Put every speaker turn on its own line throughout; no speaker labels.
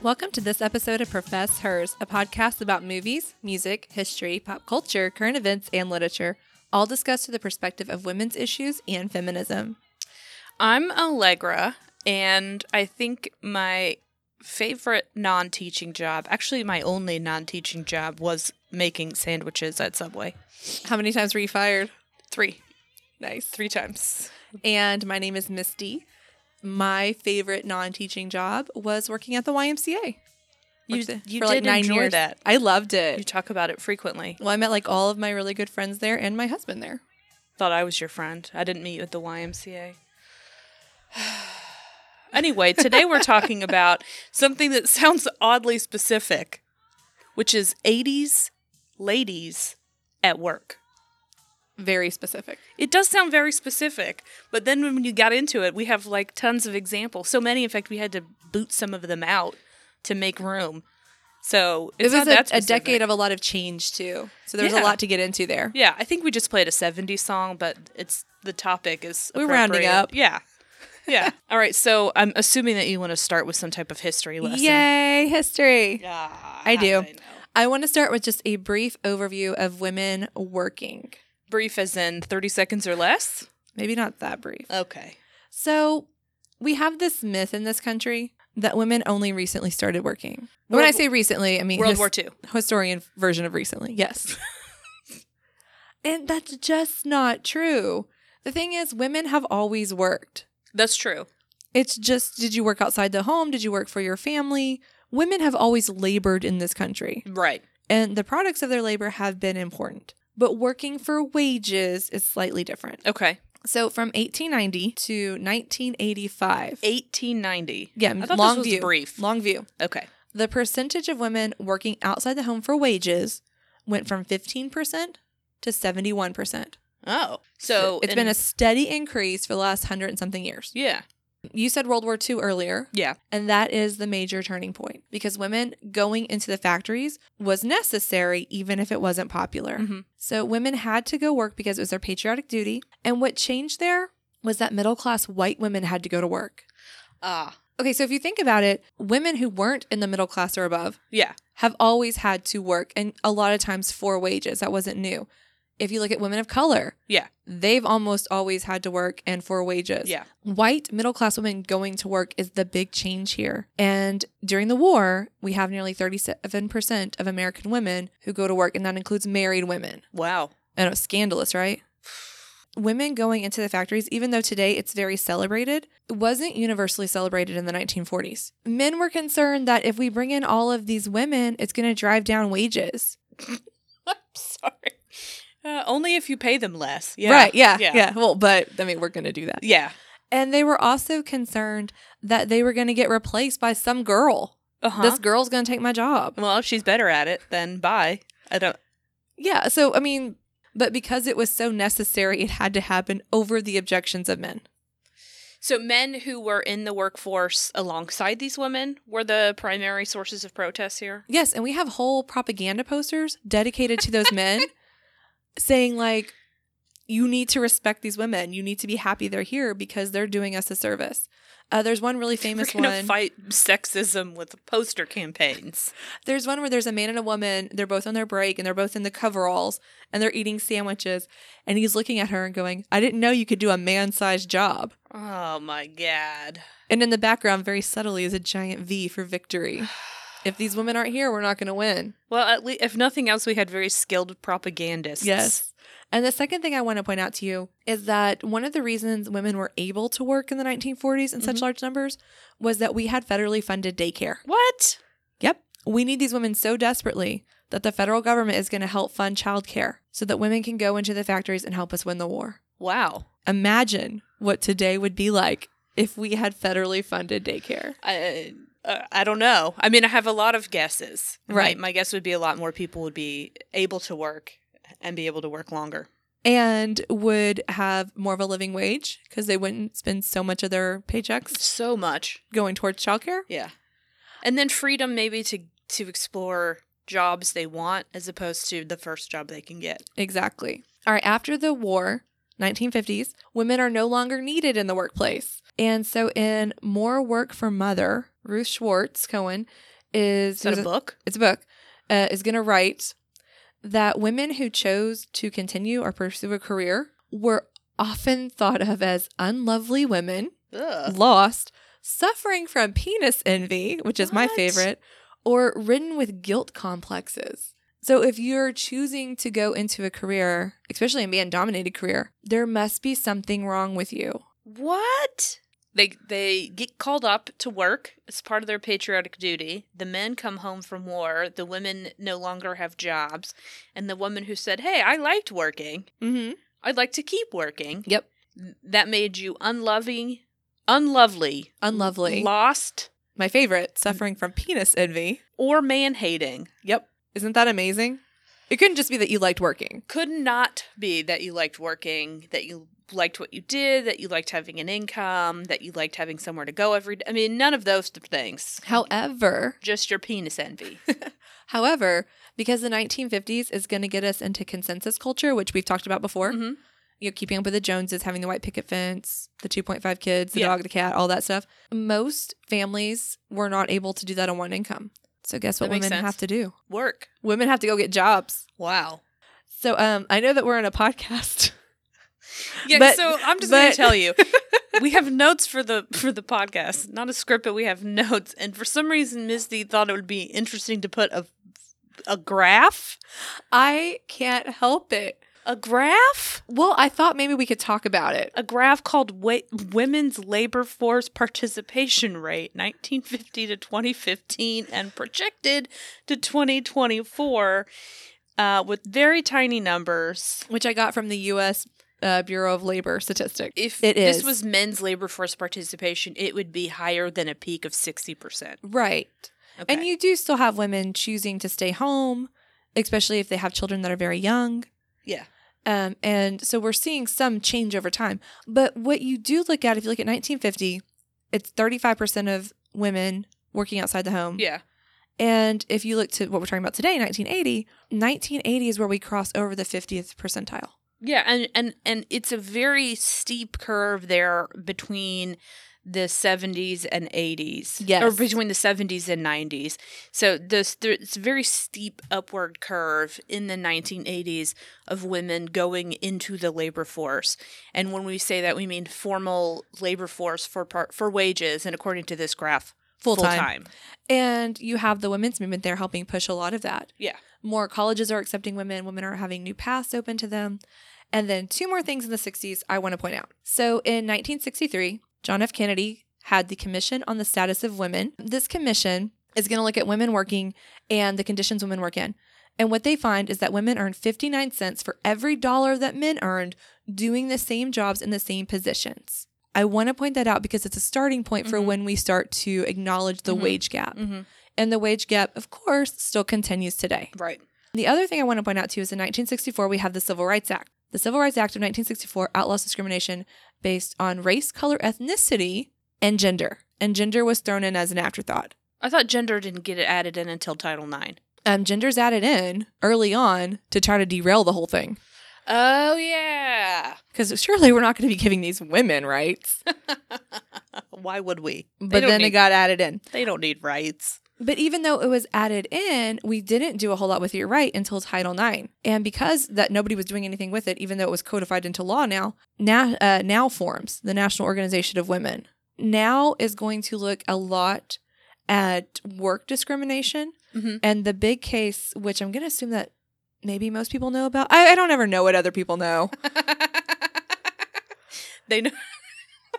Welcome to this episode of Profess Hers, a podcast about movies, music, history, pop culture, current events, and literature, all discussed through the perspective of women's issues and feminism.
I'm Allegra, and I think my favorite non teaching job, actually, my only non teaching job, was making sandwiches at Subway.
How many times were you fired?
Three.
Nice.
Three times.
And my name is Misty. My favorite non teaching job was working at the YMCA.
You,
Worked there
you
for like
did
nine
enjoy
years.
that.
I loved it.
You talk about it frequently.
well, I met like all of my really good friends there and my husband there.
Thought I was your friend. I didn't meet you at the YMCA. anyway, today we're talking about something that sounds oddly specific, which is 80s ladies at work.
Very specific.
It does sound very specific, but then when you got into it, we have like tons of examples. So many, in fact, we had to boot some of them out to make room. So
It
it's
was
not that
a, a
specific.
decade of a lot of change too. So there's a
Yeah.
lot to get into there.
Yeah, I think we just played a '70s song, but it's the topic is
We're rounding
appropriate.
up.
Yeah, yeah. All right. So I'm assuming that you want to start with some type of history lesson.
Yay, history.
Yeah,
I do.
know.
I want to start with just a brief overview of women working.
Brief as in 30 seconds or less.
Maybe not that brief.
Okay.
So, we have this myth in this country that women only recently started working. when
World-
I say recently, I mean
World
his-
War II.
historian version of recently. Yes. and that's just not true. The thing is, women have always worked.
That's true.
It's just did you work outside the home? Did you work for your family? Women have always labored in this country.
Right.
and the products of their labor have been important. But working for wages is slightly different.
Okay.
So from 1890 to 1985,
1890.
yeah,
I thought
long
this was
view,
brief.
long view,
Okay.
the percentage of women working outside the home for wages went from 15% to 71%.
Oh, so
it's
in-
been a steady increase for the last 100 and something years.
yeah,
You said World War II earlier.
yeah,
And that is the major turning point because women going into the factories was necessary, even if it wasn't popular.
Mhm.
So women had to go work because it was their patriotic duty. And what changed there was that middle class white women had to go to work.
ah,
Okay, so if you think about it, women who weren't in the middle class or above
yeah,
have always had to work and a lot of times for wages. That wasn't new. If you look at women of color,
Yeah.
They've almost always had to work and for wages
yeah,
white middle class women going to work is the big change here. And during the war, we have nearly 37% of American women who go to work, and that includes married women.
wow,
And it was scandalous, right? Women going into the factories, even though today it's very celebrated, it wasn't universally celebrated in the 1940s. Men were concerned that if we bring in all of these women, it's going to drive down wages.
I'm sorry. Uh, only if you pay them less, yeah,
Right. Yeah,
yeah,
yeah. Well, but I mean, we're going to do that.
yeah.
And they were also concerned that they were going to get replaced by some girl.
Uh-huh.
this girl's gonna take my job.
well, if she's better at it, then bye. I don't.
Yeah. So, I mean, but because it was so necessary, it had to happen over the objections of men.
So men who were in the workforce alongside these women were the primary sources of protests here.
Yes. And we have whole propaganda posters dedicated to those men saying, like, you need to respect these women. You need to be happy they're here because they're doing us a service. Uh, there's one really famous
we're gonna
one.
fight sexism with poster campaigns.
There's one where there's a man and a woman. They're both on their break and they're both in the coveralls and they're eating sandwiches. And he's looking at her and going, I didn't know you could do a man sized job.
Oh my god.
And in the background, very subtly, is a giant V for victory. If these women aren't here, we're not going to win.
Well, at least if nothing else, we had very skilled propagandists.
And the second thing I want to point out to you is that one of the reasons women were able to work in the 1940s in such
Mhm.
large numbers was that we had federally funded daycare.
What?
Yep. We need these women so desperately that the federal government is going to help fund childcare so that women can go into the factories and help us win the war.
Wow.
Imagine what today would be like if we had federally funded daycare.
I uh, I don't know. I mean, I have a lot of guesses. My-
Right.
My, guess would be a lot more people would be able to work and be able to work longer.
and would have more of a living wage because they wouldn't spend so much of their paychecks
So much.
going towards childcare.
Yeah. And then freedom maybe to to explore jobs they want as opposed to the first job they can get.
Exactly. All right, after the war, 1950s, women are no longer needed in the workplace. And so in More Work for Mother, Ruth Schwartz Cohen is
Is that a
who's-
book?
it's a book uh, is going to write that women who chose to continue or pursue a career were often thought of as unlovely women
Ugh.
lost, suffering from penis envy, which is my
What?
favorite, or ridden with guilt complexes. So if you're choosing to go into a career, especially a man dominated career, there must be something wrong with you.
What? They they get called up to work. It's part of their patriotic duty. The men come home from war. The women no longer have jobs, and the woman who said, "Hey, I liked working.
Mm-hmm.
I'd like to keep working."
Yep.
That made you unloving, unlovely,
Unlovely.
lost,
my favorite, suffering from penis envy.
or man hating.
Yep. Isn't that amazing? It couldn't just be that you liked working.
Could not be that you liked working, that you liked what you did, that you liked having an income, that you liked having somewhere to go every day. I mean, none of those th- things.
However,
just your penis envy.
however, because the 1950s is going to get us into consensus culture, which we've talked about before,
Mhm.
you know, keeping up with the Joneses, having the white picket fence, the 2.5 kids, the
Yeah.
dog, the cat, all that stuff. Most families were not able to do that on one income. So guess what
That makes
women
sense.
have to do?
Work.
Women have to go get jobs.
Wow.
So um, I know that we're in a podcast.
Yeah,
But-
so I'm just
but-
gonna tell you. We have notes for the for the podcast, not a script, but we have notes. And for some reason, Ms. D thought it would be interesting to put a a graph,
I can't help it.
a graph,
Well, I thought maybe we could talk about it.
a graph called Wa "Women's Labor Force Participation Rate 1950 to 2015 and projected to 2024," uh, with very tiny numbers.
which I got from the U.S. Uh, Bureau of Labor Statistics.
If
It
this
is.
was men's labor force participation, it would be higher than a peak of 60%.
Right.
Okay.
And you do still have women choosing to stay home, especially if they have children that are very young.
yeah.
Um, and so we're seeing some change over time. But what you do look at, if you look at 1950, it's 35% of women working outside the home.
Yeah.
And if you look to what we're talking about today, 1980, 1980 is where we cross over the 50th percentile.
Yeah, and and and it's a very steep curve there between the 70s and 80s.
Yes.
Or between the 70s and 90s. So this there, it's a very steep upward curve in the 1980s of women going into the labor force. And when we say that we mean formal labor force for part, for wages and according to this graph
Full-time.
full-time.
And you have the women's movement there helping push a lot of that.
Yeah.
more colleges are accepting women, women are having new paths open to them. And then two more things in the 60s I want to point out. So in 1963, John F. Kennedy had the Commission on the Status of Women. This commission is going to look at women working and the conditions women work in. And what they find is that women earn 59 cents for every dollar that men earned doing the same jobs in the same positions. I want to point that out because it's a starting point for
Mhm.
when we start to acknowledge the
Mhm.
wage gap.
Mm-hmm.
And the wage gap, of course, still continues today.
Right.
The other thing I want to point out too is in 1964, we have the Civil Rights Act. The Civil Rights Act of 1964 outlaws discrimination based on race, color, ethnicity, and gender. And gender was thrown in as an afterthought.
I thought gender didn't get it added in until Title IX.
Um, gender's added in early on to try to derail the whole thing.
Oh yeah.
Because surely we're not going to be giving these women rights.
Why would we?
But then
need,
it got added in.
they don't need rights.
But even though it was added in, we didn't do a whole lot with your right until Title IX. And because that nobody was doing anything with it, even though it was codified into law now, now, uh, now forms the National Organization of Women. Now is going to look a lot at work discrimination
Mhm.
and the big case, which I'm going to assume that maybe most people know about. I, I don't ever know what other people know.
they know.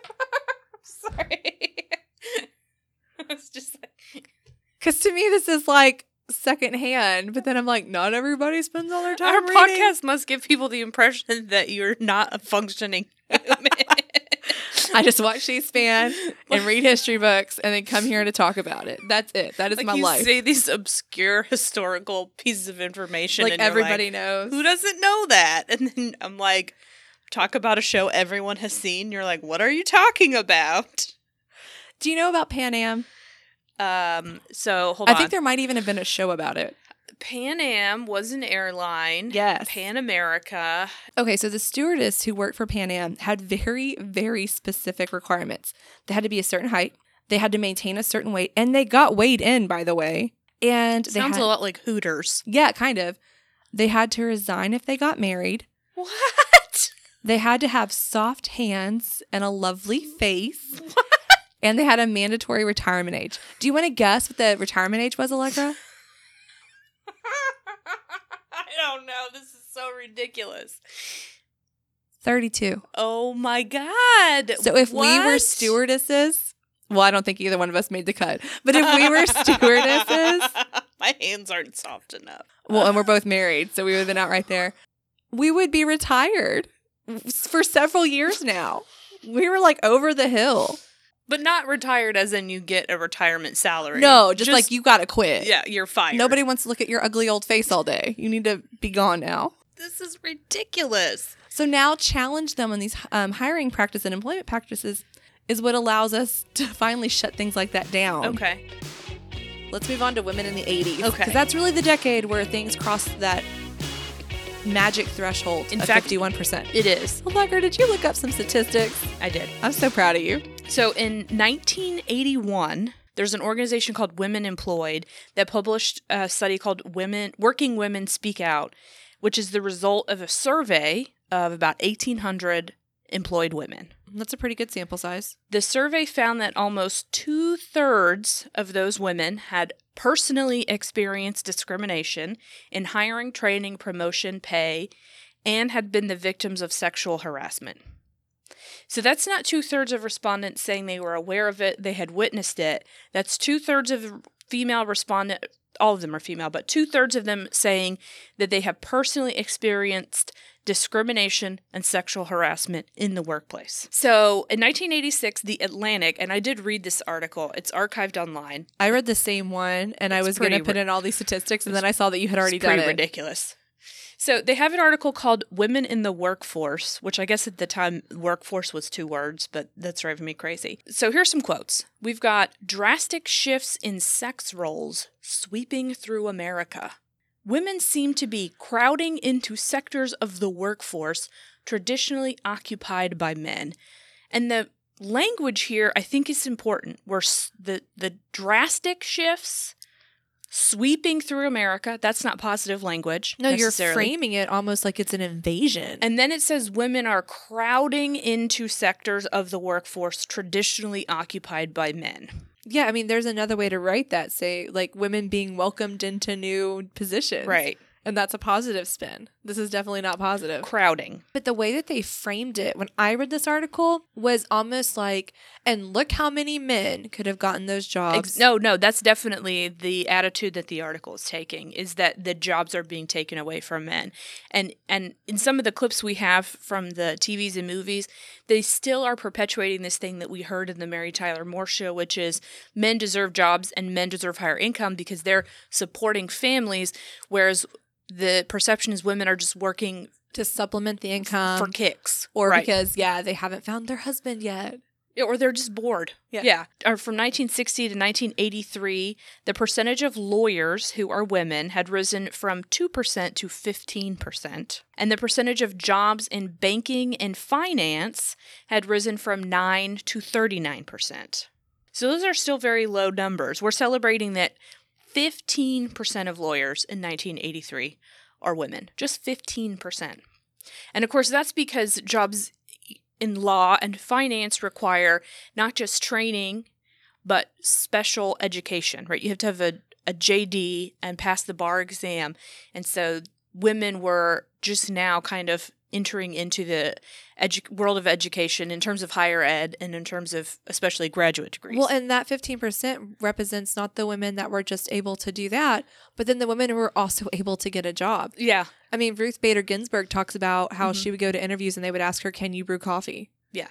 Sorry. it's just like
Because to me, this is like secondhand. But then I'm like, not everybody spends all their time
our
reading.
podcast must give people the impression that you're not a functioning. human.
I just watch C-SPAN and read history books and then come here to talk about it. That's it. That is
like
my
you
life.
say these obscure historical pieces of information.
Like
and you're
everybody knows.
who doesn't know that? And then I'm like, talk about a show everyone has seen. You're like, what are you talking about?
Do you know about Pan Am?
Um, so hold
I
on.
think there might even have been a show about it.
Pan Am was an airline.
Yes.
Pan America.
Okay, so the stewardess who worked for Pan Am had very, very specific requirements. They had to be a certain height. They had to maintain a certain weight, and they got weighed in, by the way. And they
Sounds
had,
a lot like Hooters.
yeah, kind of. They had to resign if they got married.
What?
They had to have soft hands and a lovely face. And they had a mandatory retirement age. Do you want to guess what the retirement age was, Allegra?
I don't know. This is so ridiculous.
32.
Oh my god.
So if we were
What?
stewardesses, well, I don't think either one of us made the cut, but if we were stewardesses,
my hands aren't soft enough.
well, and we're both married, so we would have been out right there, we would be retired for several years now. We were like over the hill.
But not retired as in you get a retirement salary.
No, just, like you got to quit.
Yeah, you're fired.
Nobody wants to look at your ugly old face all day. You need to be gone now.
This is ridiculous.
So now challenge them on these um, hiring practice and employment practices is what allows us to finally shut things like that down.
Okay.
Let's move on to women in the 80s.
Okay.
Because that's really the decade where things crossed that magic threshold
In
of
fact-
51%.
It is.
Allegra, did you look up some statistics?
I did.
I'm so proud of you.
So in 1981, there's an organization called Women Employed that published a study called Women Working Women Speak Out, which is the result of a survey of about 1800 employed women.
That's a pretty good sample size.
The survey found that almost two thirds of those women had personally experienced discrimination in hiring, training, promotion, pay, and had been the victims of sexual harassment. So that's not two thirds of respondents saying they were aware of it, they had witnessed it. That's two thirds of female respondent. All of them are female, but two thirds of them saying that they have personally experienced discrimination and sexual harassment in the workplace. So in 1986, The Atlantic, and I did read this article, it's archived online.
I read the same one and I
It's
was going to
pretty
put in all these statistics and then I saw that you had already
it's
done
pretty
it.
ridiculous. So they have an article called Women in the Workforce, which I guess at the time workforce was two words, but that's driving me crazy. So here's some quotes. We've got drastic shifts in sex roles sweeping through America. Women seem to be crowding into sectors of the workforce traditionally occupied by men. And the language here I think is important. Where s- the the drastic shifts sweeping through America, that's not positive language.
No, you're
necessarily.
framing it almost like it's an invasion.
And then it says women are crowding into sectors of the workforce traditionally occupied by men.
yeah, I mean, there's another way to write that, say, like women being welcomed into new positions.
Right.
And that's a positive spin. This is definitely not positive.
Crowding.
But the way that they framed it when I read this article was almost like, and look how many men could have gotten those jobs.
Ex- no, no, that's definitely the attitude that the article is taking is that the jobs are being taken away from men. And and in some of the clips we have from the TVs and movies, they still are perpetuating this thing that we heard in the Mary Tyler Moore show, which is men deserve jobs and men deserve higher income because they're supporting families, whereas the perception is women are just working
to supplement the income.
for kicks
Um, or
right.
because, yeah, they haven't found their husband yet.
Yeah, or they're just bored.
Yeah.
Or from 1960 to 1983, the percentage of lawyers who are women had risen from 2% to 15%, and the percentage of jobs in banking and finance had risen from 9 to 39%. So those are still very low numbers. We're celebrating that 15% of lawyers in 1983 are women. Just 15%. And of course, that's because jobs in law and finance require not just training, but special education, right? You have to have a, a JD and pass the bar exam. And so women were just now kind of entering into the edu- world of education in terms of higher ed and in terms of especially graduate degrees.
Well, and that 15% represents not the women that were just able to do that, but then the women who were also able to get a job.
yeah.
I mean, Ruth Bader Ginsburg talks about how
Mhm.
she would go to interviews and they would ask her, Can you brew coffee?
Yeah.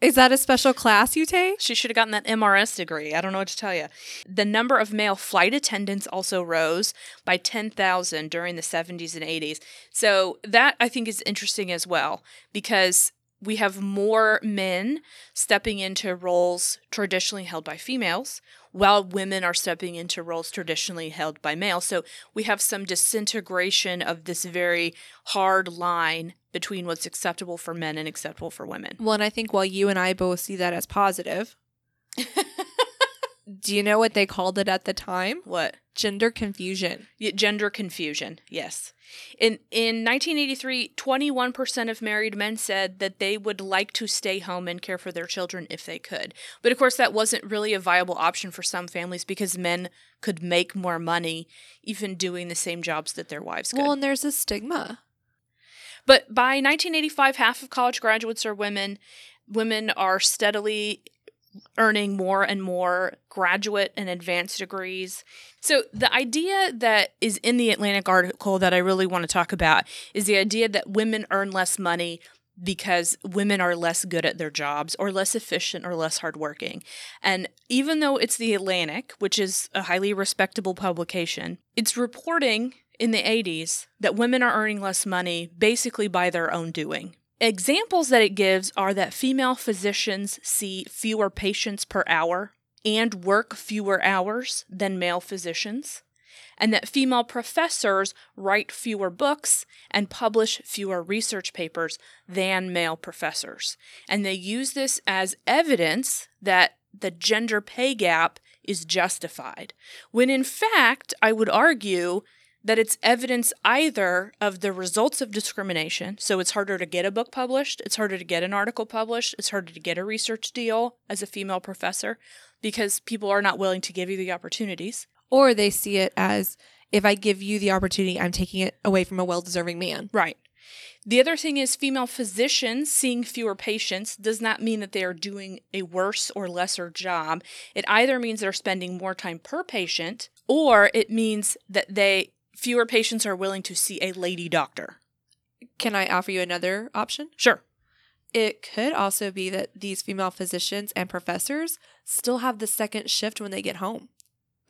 Is that a special class you take?
She should have gotten that MRS degree. I don't know what to tell you. The number of male flight attendants also rose by 10,000 during the 70s and 80s. So that I think is interesting as well because we have more men stepping into roles traditionally held by females while women are stepping into roles traditionally held by males. So we have some disintegration of this very hard line between what's acceptable for men and acceptable for women.
Well, and I think while you and I both see that as positive, Do you know what they called it at the time?
What?
Gender confusion.
Y- Gender confusion. Yes. In in 1983, 21% of married men said that they would like to stay home and care for their children if they could. But of course, that wasn't really a viable option for some families because men could make more money even doing the same jobs that their wives could.
Well, and there's a stigma.
But by 1985, half of college graduates are women. Women are steadily earning more and more graduate and advanced degrees. So, the idea that is in the Atlantic article that I really want to talk about is the idea that women earn less money because women are less good at their jobs or less efficient or less hardworking. And even though it's the Atlantic, which is a highly respectable publication, it's reporting in the 80s that women are earning less money basically by their own doing. Examples that it gives are that female physicians see fewer patients per hour and work fewer hours than male physicians, and that female professors write fewer books and publish fewer research papers than male professors. And they use this as evidence that the gender pay gap is justified, when in fact, I would argue that it's evidence either of the results of discrimination. So it's harder to get a book published, it's harder to get an article published, it's harder to get a research deal as a female professor because people are not willing to give you the opportunities.
Or they see it as if I give you the opportunity, I'm taking it away from a well deserving man.
Right. The other thing is female physicians seeing fewer patients does not mean that they are doing a worse or lesser job. It either means they're spending more time per patient or it means that they fewer patients are willing to see a lady doctor.
Can I offer you another option?
Sure.
It could also be that these female physicians and professors still have the second shift when they get home.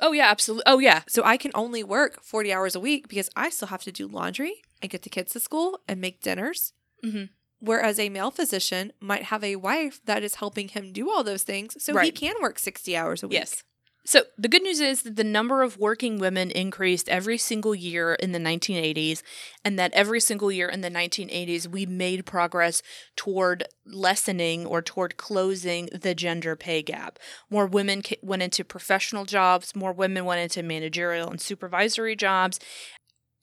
Oh yeah, absolutely. Oh yeah.
So I can only work 40 hours a week because I still have to do laundry and get the kids to school and make dinners.
Mhm.
Whereas a male physician might have a wife that is helping him do all those things so he
Right.
can work 60 hours a week.
Yes. So the good news is that the number of working women increased every single year in the 1980s, and that every single year in the 1980s, we made progress toward lessening or toward closing the gender pay gap. More women ca- went into professional jobs, more women went into managerial and supervisory jobs.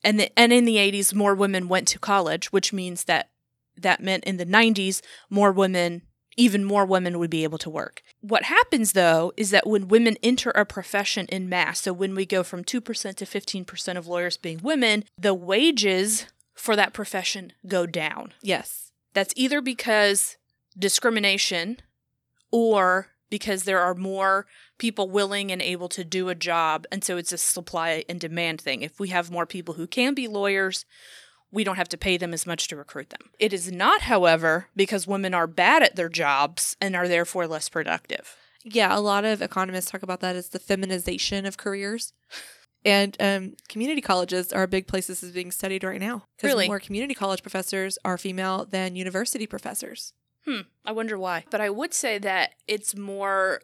And, the, and in the 80s, more women went to college, which means that that meant in the 90s, more women even more women would be able to work. What happens though is that when women enter a profession in mass, so when we go from 2% to 15% of lawyers being women, the wages for that profession go down.
Yes.
That's either because discrimination or because there are more people willing and able to do a job. And so it's a supply and demand thing. If we have more people who can be lawyers, we don't have to pay them as much to recruit them. It is not, however, because women are bad at their jobs and are therefore less productive.
Yeah, a lot of economists talk about that as the feminization of careers. And um, community colleges are a big place this is being studied right now. 'Cause
Really?
More community college professors are female than university professors.
Hmm, I wonder why. But I would say that it's more.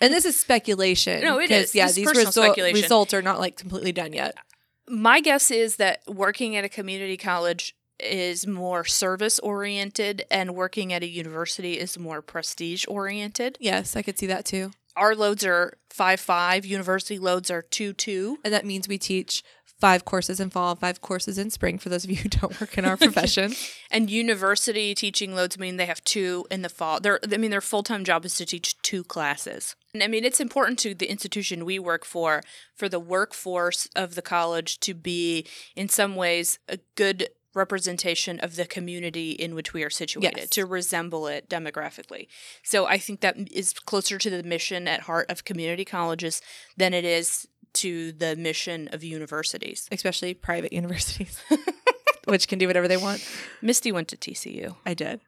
And this is speculation.
No, it
'cause,
is.
Yeah,
This is
these
personal
result-
speculation.
results are not like completely done yet.
My guess is that working at a community college is more service oriented and working at a university is more prestige oriented.
Yes, I could see that too.
Our loads are 5 5, university loads are 2 2.
And that means we teach five courses in fall, five courses in spring for those of you who don't work in our profession.
And university teaching loads mean they have two in the fall. They're, I mean, their full time job is to teach two classes. And I mean, it's important to the institution we work for, for the workforce of the college to be, in some ways, a good representation of the community in which we are situated,
Yes.
to resemble it demographically. So I think that is closer to the mission at heart of community colleges than it is to the mission of universities.
Especially private universities, which can do whatever they want.
Misty went to TCU.
I did.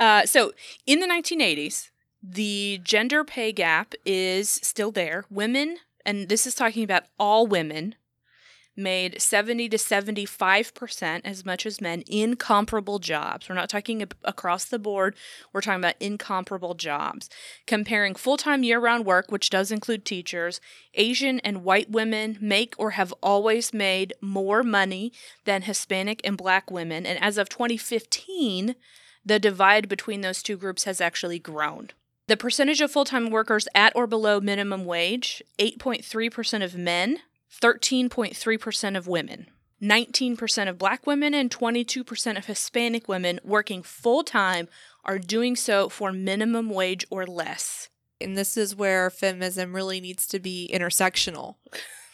Uh, so in the 1980s, the gender pay gap is still there. Women, and this is talking about all women, made 70 to 75% as much as men in comparable jobs. We're not talking ab- across the board, we're talking about incomparable jobs. Comparing full time year round work, which does include teachers, Asian and white women make or have always made more money than Hispanic and black women. And as of 2015, the divide between those two groups has actually grown. The percentage of full time workers at or below minimum wage 8.3% of men, 13.3% of women. 19% of black women and 22% of Hispanic women working full time are doing so for minimum wage or less.
And this is where feminism really needs to be intersectional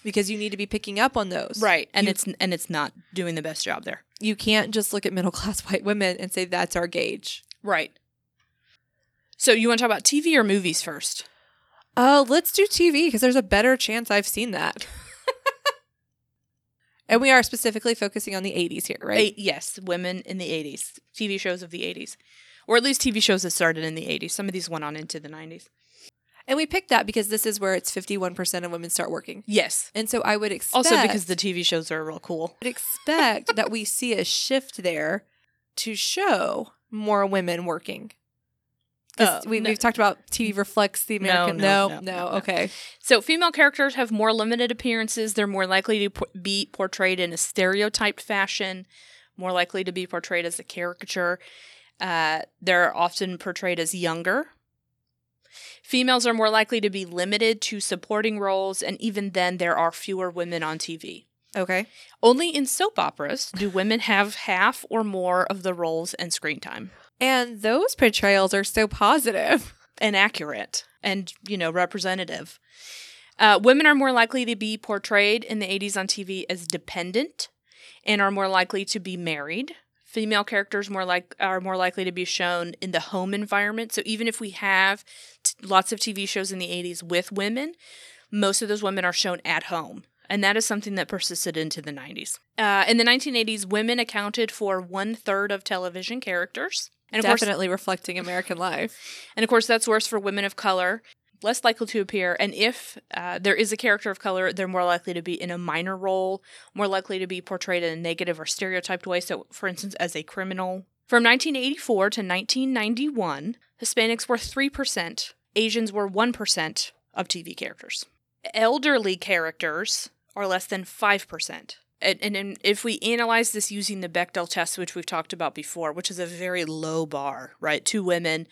because you need to be picking up on those.
Right. And
You-
it's and it's not doing the best job there.
You can't just look at middle class white women and say that's our gauge.
Right. So you want to talk about TV or movies first?
Uh, let's do TV because there's a better chance I've seen that. and we are specifically focusing on the 80s here, right?
Eight- yes, women in the 80s, TV shows of the 80s. Or at least TV shows that started in the 80s. Some of these went on into the 90s.
And we picked that because this is where it's 51% of women start working.
Yes.
And so I would expect
Also because the TV shows are real cool.
would expect that we see a shift there to show more women working. 'Cause
Oh,
we,
no. Mm-hmm.
We've talked about TV reflects the
No,
American.
no, no,
no,
no, no.
okay.
So female characters have more limited appearances. They're more likely to po- be portrayed in a stereotyped fashion, more likely to be portrayed as a caricature. Uh, they're often portrayed as younger. Females are more likely to be limited to supporting roles, and even then, there are fewer women on TV.
Okay.
Only in soap operas do women have half or more of the roles and screen time.
And those portrayals are so positive.
and accurate and you know representative uh, women are more likely to be portrayed in the 80s on tv as dependent and are more likely to be married female characters more like are more likely to be shown in the home environment so even if we have t- lots of tv shows in the 80s with women most of those women are shown at home and that is something that persisted into the 90s uh, in the 1980s women accounted for one third of television characters and of course
Definitely reflecting American life.
and of course, that's worse for women of color, less likely to appear. And if uh, there is a character of color, they're more likely to be in a minor role, more likely to be portrayed in a negative or stereotyped way. So, for instance, as a criminal. From 1984 to 1991, Hispanics were 3%, Asians were 1% of TV characters. Elderly characters are less than 5%. And, and, and if we analyze this using the Bechdel test, which we've talked about before, which is a very low bar, right? Two women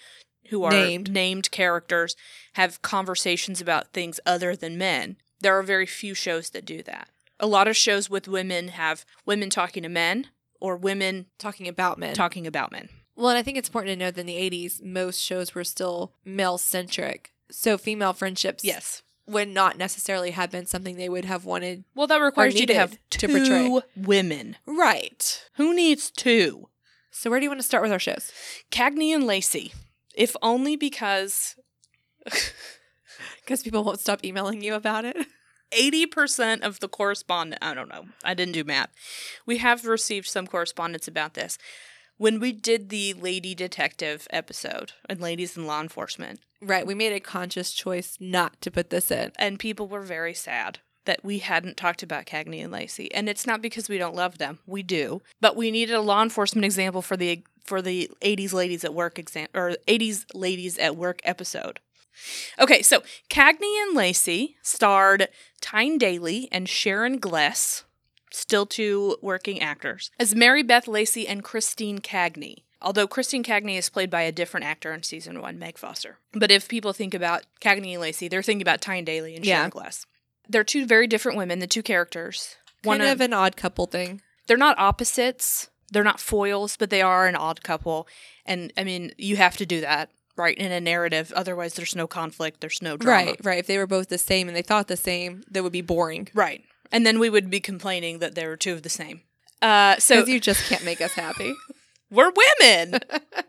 who are
Named.
named characters have conversations about things other than men. There are very few shows that do that. A lot of shows with women have women talking to men or women
Talking about men.
talking about men.
well, and I think it's important to note that in the 80s, most shows were still male centric. So female friendships
Yes.
would not necessarily have been something they would have wanted.
Well, that requires you to
needed
have two
to portray.
women.
Right.
Who needs two?
So, where do you want to start with our shows?
Cagney and Lacey. If only because
Because people won't stop emailing you about it.
80% of the correspondent, I don't know, I didn't do math. We have received some correspondence about this. When we did the lady detective episode and ladies in law enforcement,
Right. We made a conscious choice not to put this in.
and people were very sad that we hadn't talked about Cagney and Lacey. And it's not because we don't love them. We do. But we needed a law enforcement example for the for the 80s ladies at work exam or 80s ladies at work episode. Okay, so Cagney and Lacey starred Tyne Daly and Sharon Gless, still two working actors, as Mary Beth Lacey and Christine Cagney. Although Christine Cagney is played by a different actor in season one, Meg Foster. But if people think about Cagney and Lacey, they're thinking about Tyne Daly and Sharon
Yeah.
Gless. They're two very different women, the two characters.
Kind of an odd couple thing.
they're not opposites, they're not foils, but they are an odd couple. And I mean, you have to do that, right, in a narrative. Otherwise, there's no conflict, there's no drama.
Right. Right. If they were both the same and they thought the same, that would be boring.
Right. And then we would be complaining that there were two of the same. Uh, so
Because you just can't make us happy.
we're women.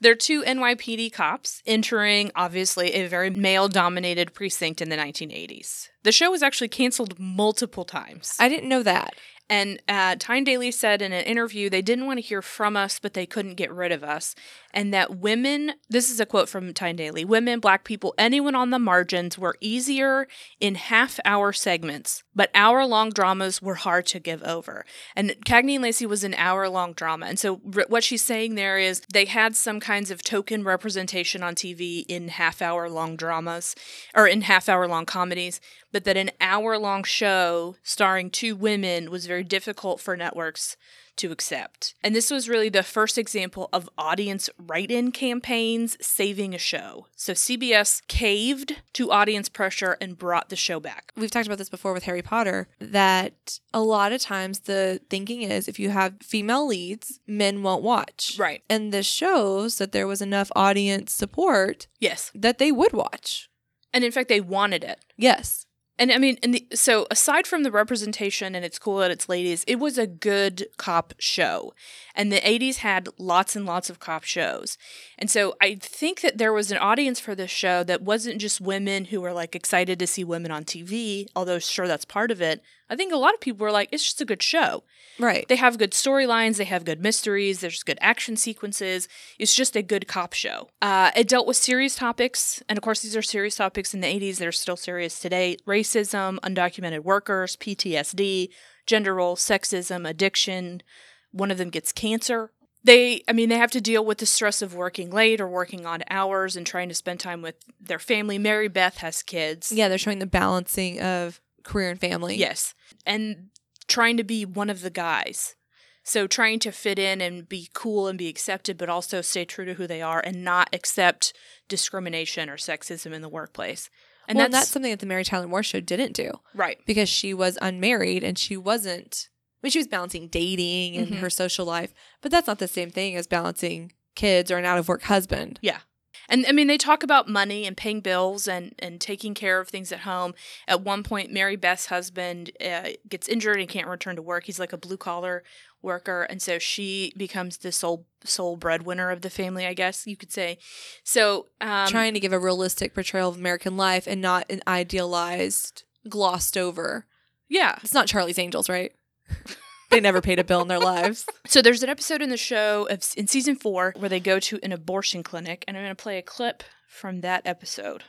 They're two NYPD cops entering, obviously, a very male dominated precinct in the 1980s. The show was actually canceled multiple times.
I didn't know that.
and uh, Tyne Daly said in an interview they didn't want to hear from us, but they couldn't get rid of us. And that women, this is a quote from Tyne Daly women, black people, anyone on the margins were easier in half hour segments, but hour long dramas were hard to give over. And Cagney and Lacey was an hour long drama. And so r- what she's saying there is they had some kinds of token representation on TV in half hour long dramas or in half hour long comedies, but that an hour long show starring two women was very difficult for networks to accept. And this was really the first example of audience write in campaigns saving a show. So CBS caved to audience pressure and brought the show back.
We've talked about this before with Harry Potter that a lot of times the thinking is if you have female leads, men won't watch.
Right.
And this shows that there was enough audience support
Yes.
that they would watch.
And in fact, they wanted it.
Yes.
And I mean, and the, so aside from the representation and it's cool that it's ladies, it was a good cop show. And the 80s had lots and lots of cop shows. And so I think that there was an audience for this show that wasn't just women who were like excited to see women on TV, although sure that's part of it. I think a lot of people were like, it's just a good show.
Right.
They have good storylines, they have good mysteries, there's good action sequences. It's just a good cop show. Uh, it dealt with serious topics, and of course, these are serious topics in the 80s that are still serious today racism, undocumented workers, PTSD, gender roles, sexism, addiction. One of them gets cancer. They, I mean, they have to deal with the stress of working late or working odd hours and trying to spend time with their family. Mary Beth has kids.
yeah, they're showing the balancing of career and family.
Yes. And trying to be one of the guys. So trying to fit in and be cool and be accepted, but also stay true to who they are and not accept discrimination or sexism in the workplace.
And, well, that's, and that's something that the Mary Tyler Moore show didn't do
right.
because she was unmarried and she wasn't, I mean, she was balancing dating and
Mhm.
her social life, but that's not the same thing as balancing kids or an out of work husband.
And I mean, they talk about money and paying bills and, and taking care of things at home. At one point, Mary Beth's husband uh, gets injured and can't return to work. He's like a blue collar worker, and so she becomes the sole sole breadwinner of the family, I guess you could say. So um,
trying to give a realistic portrayal of American life and not an idealized, glossed over.
yeah,
It's not Charlie's Angels, right? they never paid a bill in their lives.
So there's an episode in the show of in season four where they go to an abortion clinic, and I'm going to play a clip from that episode.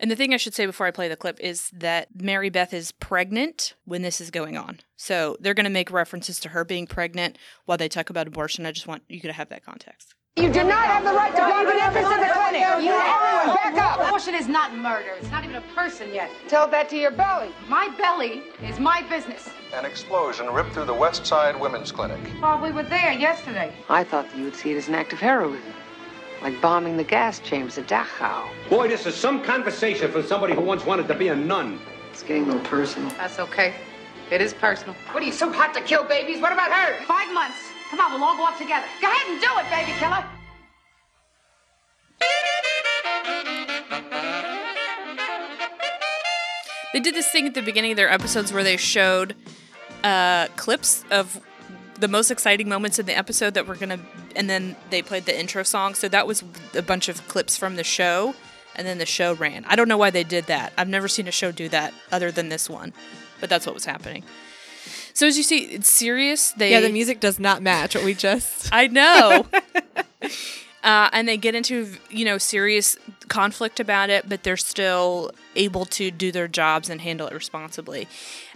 And the thing I should say before I play the clip is that Mary Beth is pregnant when this is going on. So they're going to make references to her being pregnant while they talk about abortion. I just want you to have that context.
You do not have the right to private interest in the clinic. You everyone back up.
Abortion is not murder. It's not even a person yet.
Tell that to your belly.
My belly is my business.
An explosion ripped through the West Side Women's Clinic.
Bob, we were there yesterday.
I thought that you would see it as an act of heroism, like bombing the gas chambers at Dachau.
Boy, this is some conversation for somebody who once wanted to be a nun.
It's getting a little personal.
That's okay. It is personal.
What are you so hot to kill babies? What about her?
Five months. Come on, we'll all go up together. Go ahead and do it, baby killer.
They did this thing at the beginning of their episodes where they showed uh, clips of the most exciting moments in the episode that were gonna, and then they played the intro song. So that was a bunch of clips from the show, and then the show ran. I don't know why they did that. I've never seen a show do that other than this one, but that's what was happening. So as you see, it's serious. They
yeah, the music does not match what we just.
I know. uh, and they get into you know serious conflict about it, but they're still able to do their jobs and handle it responsibly.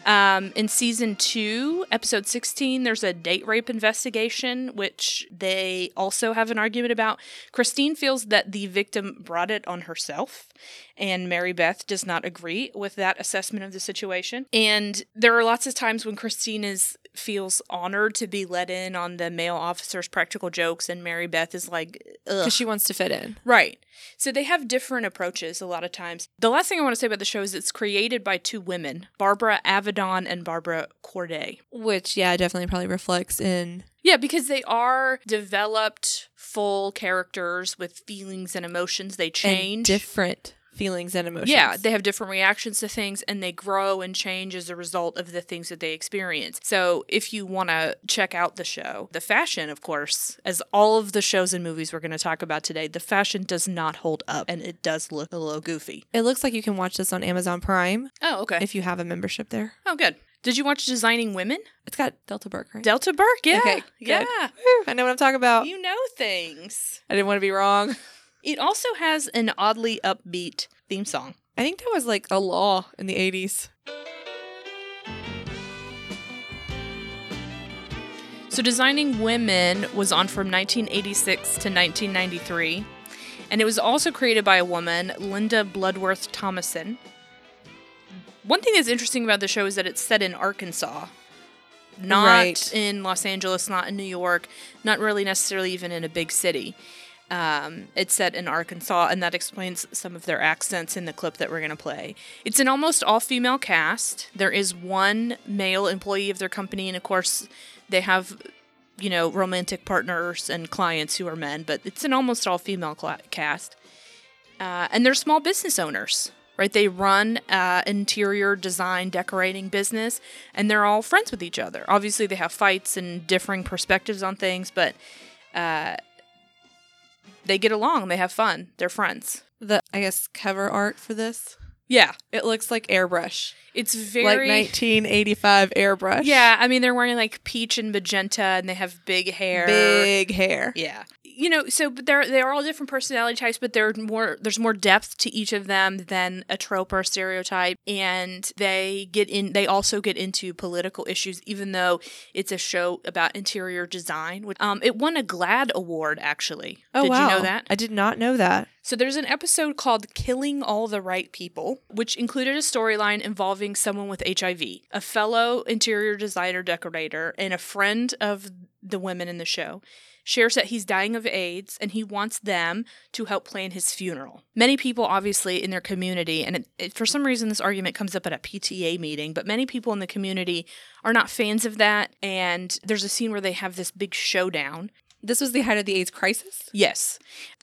Um, in season two, episode sixteen, there's a date rape investigation, which they also have an argument about. Christine feels that the victim brought it on herself, and Mary Beth does not agree with that assessment of the situation. And there are lots of times when Christine is feels honored to be let in on the male officer's practical jokes, and Mary Beth is like, ugh.
Because she wants to fit in.
Right. So they have different approaches a lot of times. The last thing I want to say about the show is it's created by two women, Barbara Avedon and Barbara Corday.
Which, yeah, definitely probably reflects in.
Yeah, because they are developed full characters with feelings and emotions. They
in
change.
different feelings and emotions.
Yeah, they have different reactions to things and they grow and change as a result of the things that they experience. So, if you want to check out the show, the fashion, of course, as all of the shows and movies we're going to talk about today, the fashion does not hold up and it does look a little goofy.
it looks like you can watch this on Amazon Prime
Oh, okay.
if you have a membership there.
oh, good. Did you watch Designing Women?
It's got Delta Burke, right?
Delta Burke, yeah.
Okay, good.
yeah.
Whew, I know what I'm talking about.
You know things.
I didn't want to be wrong.
It also has an oddly upbeat theme song.
I think that was like a law in the 80s.
So, Designing Women was on from 1986 to 1993, and it was also created by a woman, Linda Bloodworth Thomason. One thing that's interesting about the show is that it's set in Arkansas, not
Right.
in Los Angeles, not in New York, not really necessarily even in a big city. Um, it's set in Arkansas, and that explains some of their accents in the clip that we're going to play. It's an almost all female cast. There is one male employee of their company, and of course, they have, you know, romantic partners and clients who are men, but it's an almost all female cla cast. Uh, and they're small business owners, right? They run uh, interior design, decorating business, and they're all friends with each other. Obviously, they have fights and differing perspectives on things, but uh, they get along. They have fun. They're friends.
The I guess cover art for this.
Yeah,
It looks like airbrush,
it's very
like 1985 airbrush.
yeah. I mean, they're wearing like peach and magenta, and they have big hair.
big hair.
Yeah. You know, so but they're they are all different personality types, but they're more there's more depth to each of them than a trope or stereotype. And they get in they also get into political issues, even though it's a show about interior design. Which, um it won a GLAD award actually.
Oh
Did
wow!
you know that?
I did not know that.
So there's an episode called Killing All the Right People, which included a storyline involving someone with HIV, a fellow interior designer decorator, and a friend of the women in the show. Shares that he's dying of AIDS and he wants them to help plan his funeral. Many people, obviously, in their community, and it, it- for some reason this argument comes up at a PTA meeting, but many people in the community are not fans of that. And there's a scene where they have this big showdown.
This was the height of the AIDS crisis.
Yes.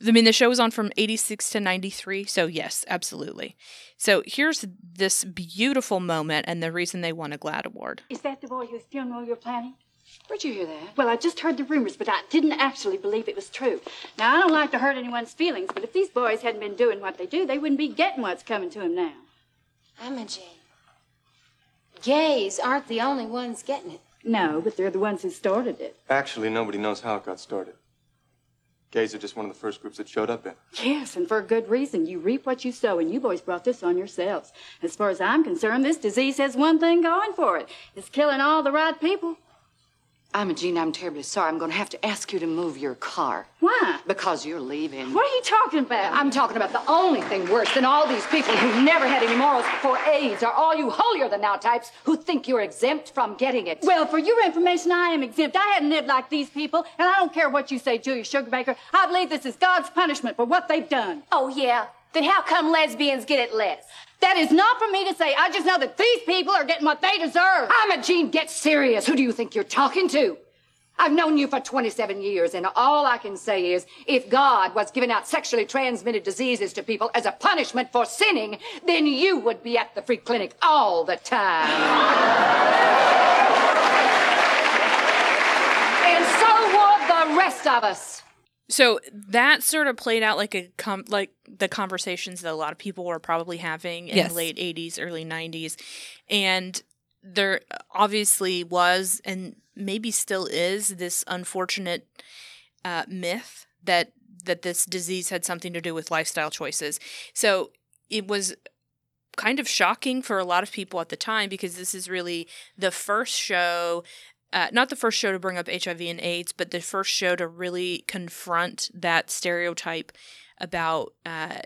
I mean, the show was on from 86 to 93. So, yes, absolutely. So, here's this beautiful moment and the reason they won a GLAD award.
Is that the boy whose funeral you're planning?
Where'd you hear that?
Well, I just heard the rumors, but I didn't actually believe it was true. Now, I don't like to hurt anyone's feelings, but if these boys hadn't been doing what they do, they wouldn't be getting what's coming to them now.
Imogene. Gays aren't the only ones getting it.
No, but they're the ones who started it.
Actually, nobody knows how it got started. Gays are just one of the first groups that showed up in.
Yes, and for a good reason. You reap what you sow, and you boys brought this on yourselves. As far as I'm concerned, this disease has one thing going for it it's killing all the right people.
Imogene, I'm terribly sorry. I'm going to have to ask you to move your car
Why?
because you're leaving.
What are you talking about?
I'm talking about the only thing worse than all these people who've never had any morals before AIDS are all you holier than thou types who think you're exempt from getting it.
Well, for your information, I am exempt. I haven't lived like these people, and I don't care what you say, Julia Sugarbaker. I believe this is God's punishment for what they've done.
Oh, yeah? Then how come lesbians get it less?
That is not for me to say. I just know that these people are getting what they deserve.
Imogene, get serious. Who do you think you're talking to? I've known you for 27 years, and all I can say is if God was giving out sexually transmitted diseases to people as a punishment for sinning, then you would be at the free clinic all the time. and so would the rest of us.
So, that sort of played out like a com- like the conversations that a lot of people were probably having in
Yes.
the late 80s, early 90s. And there obviously was and maybe still is this unfortunate uh, myth that that this disease had something to do with lifestyle choices. So it was kind of shocking for a lot of people at the time because this is really the first show uh, not the first show to bring up HIV and AIDS, but the first show to really confront that stereotype about uh,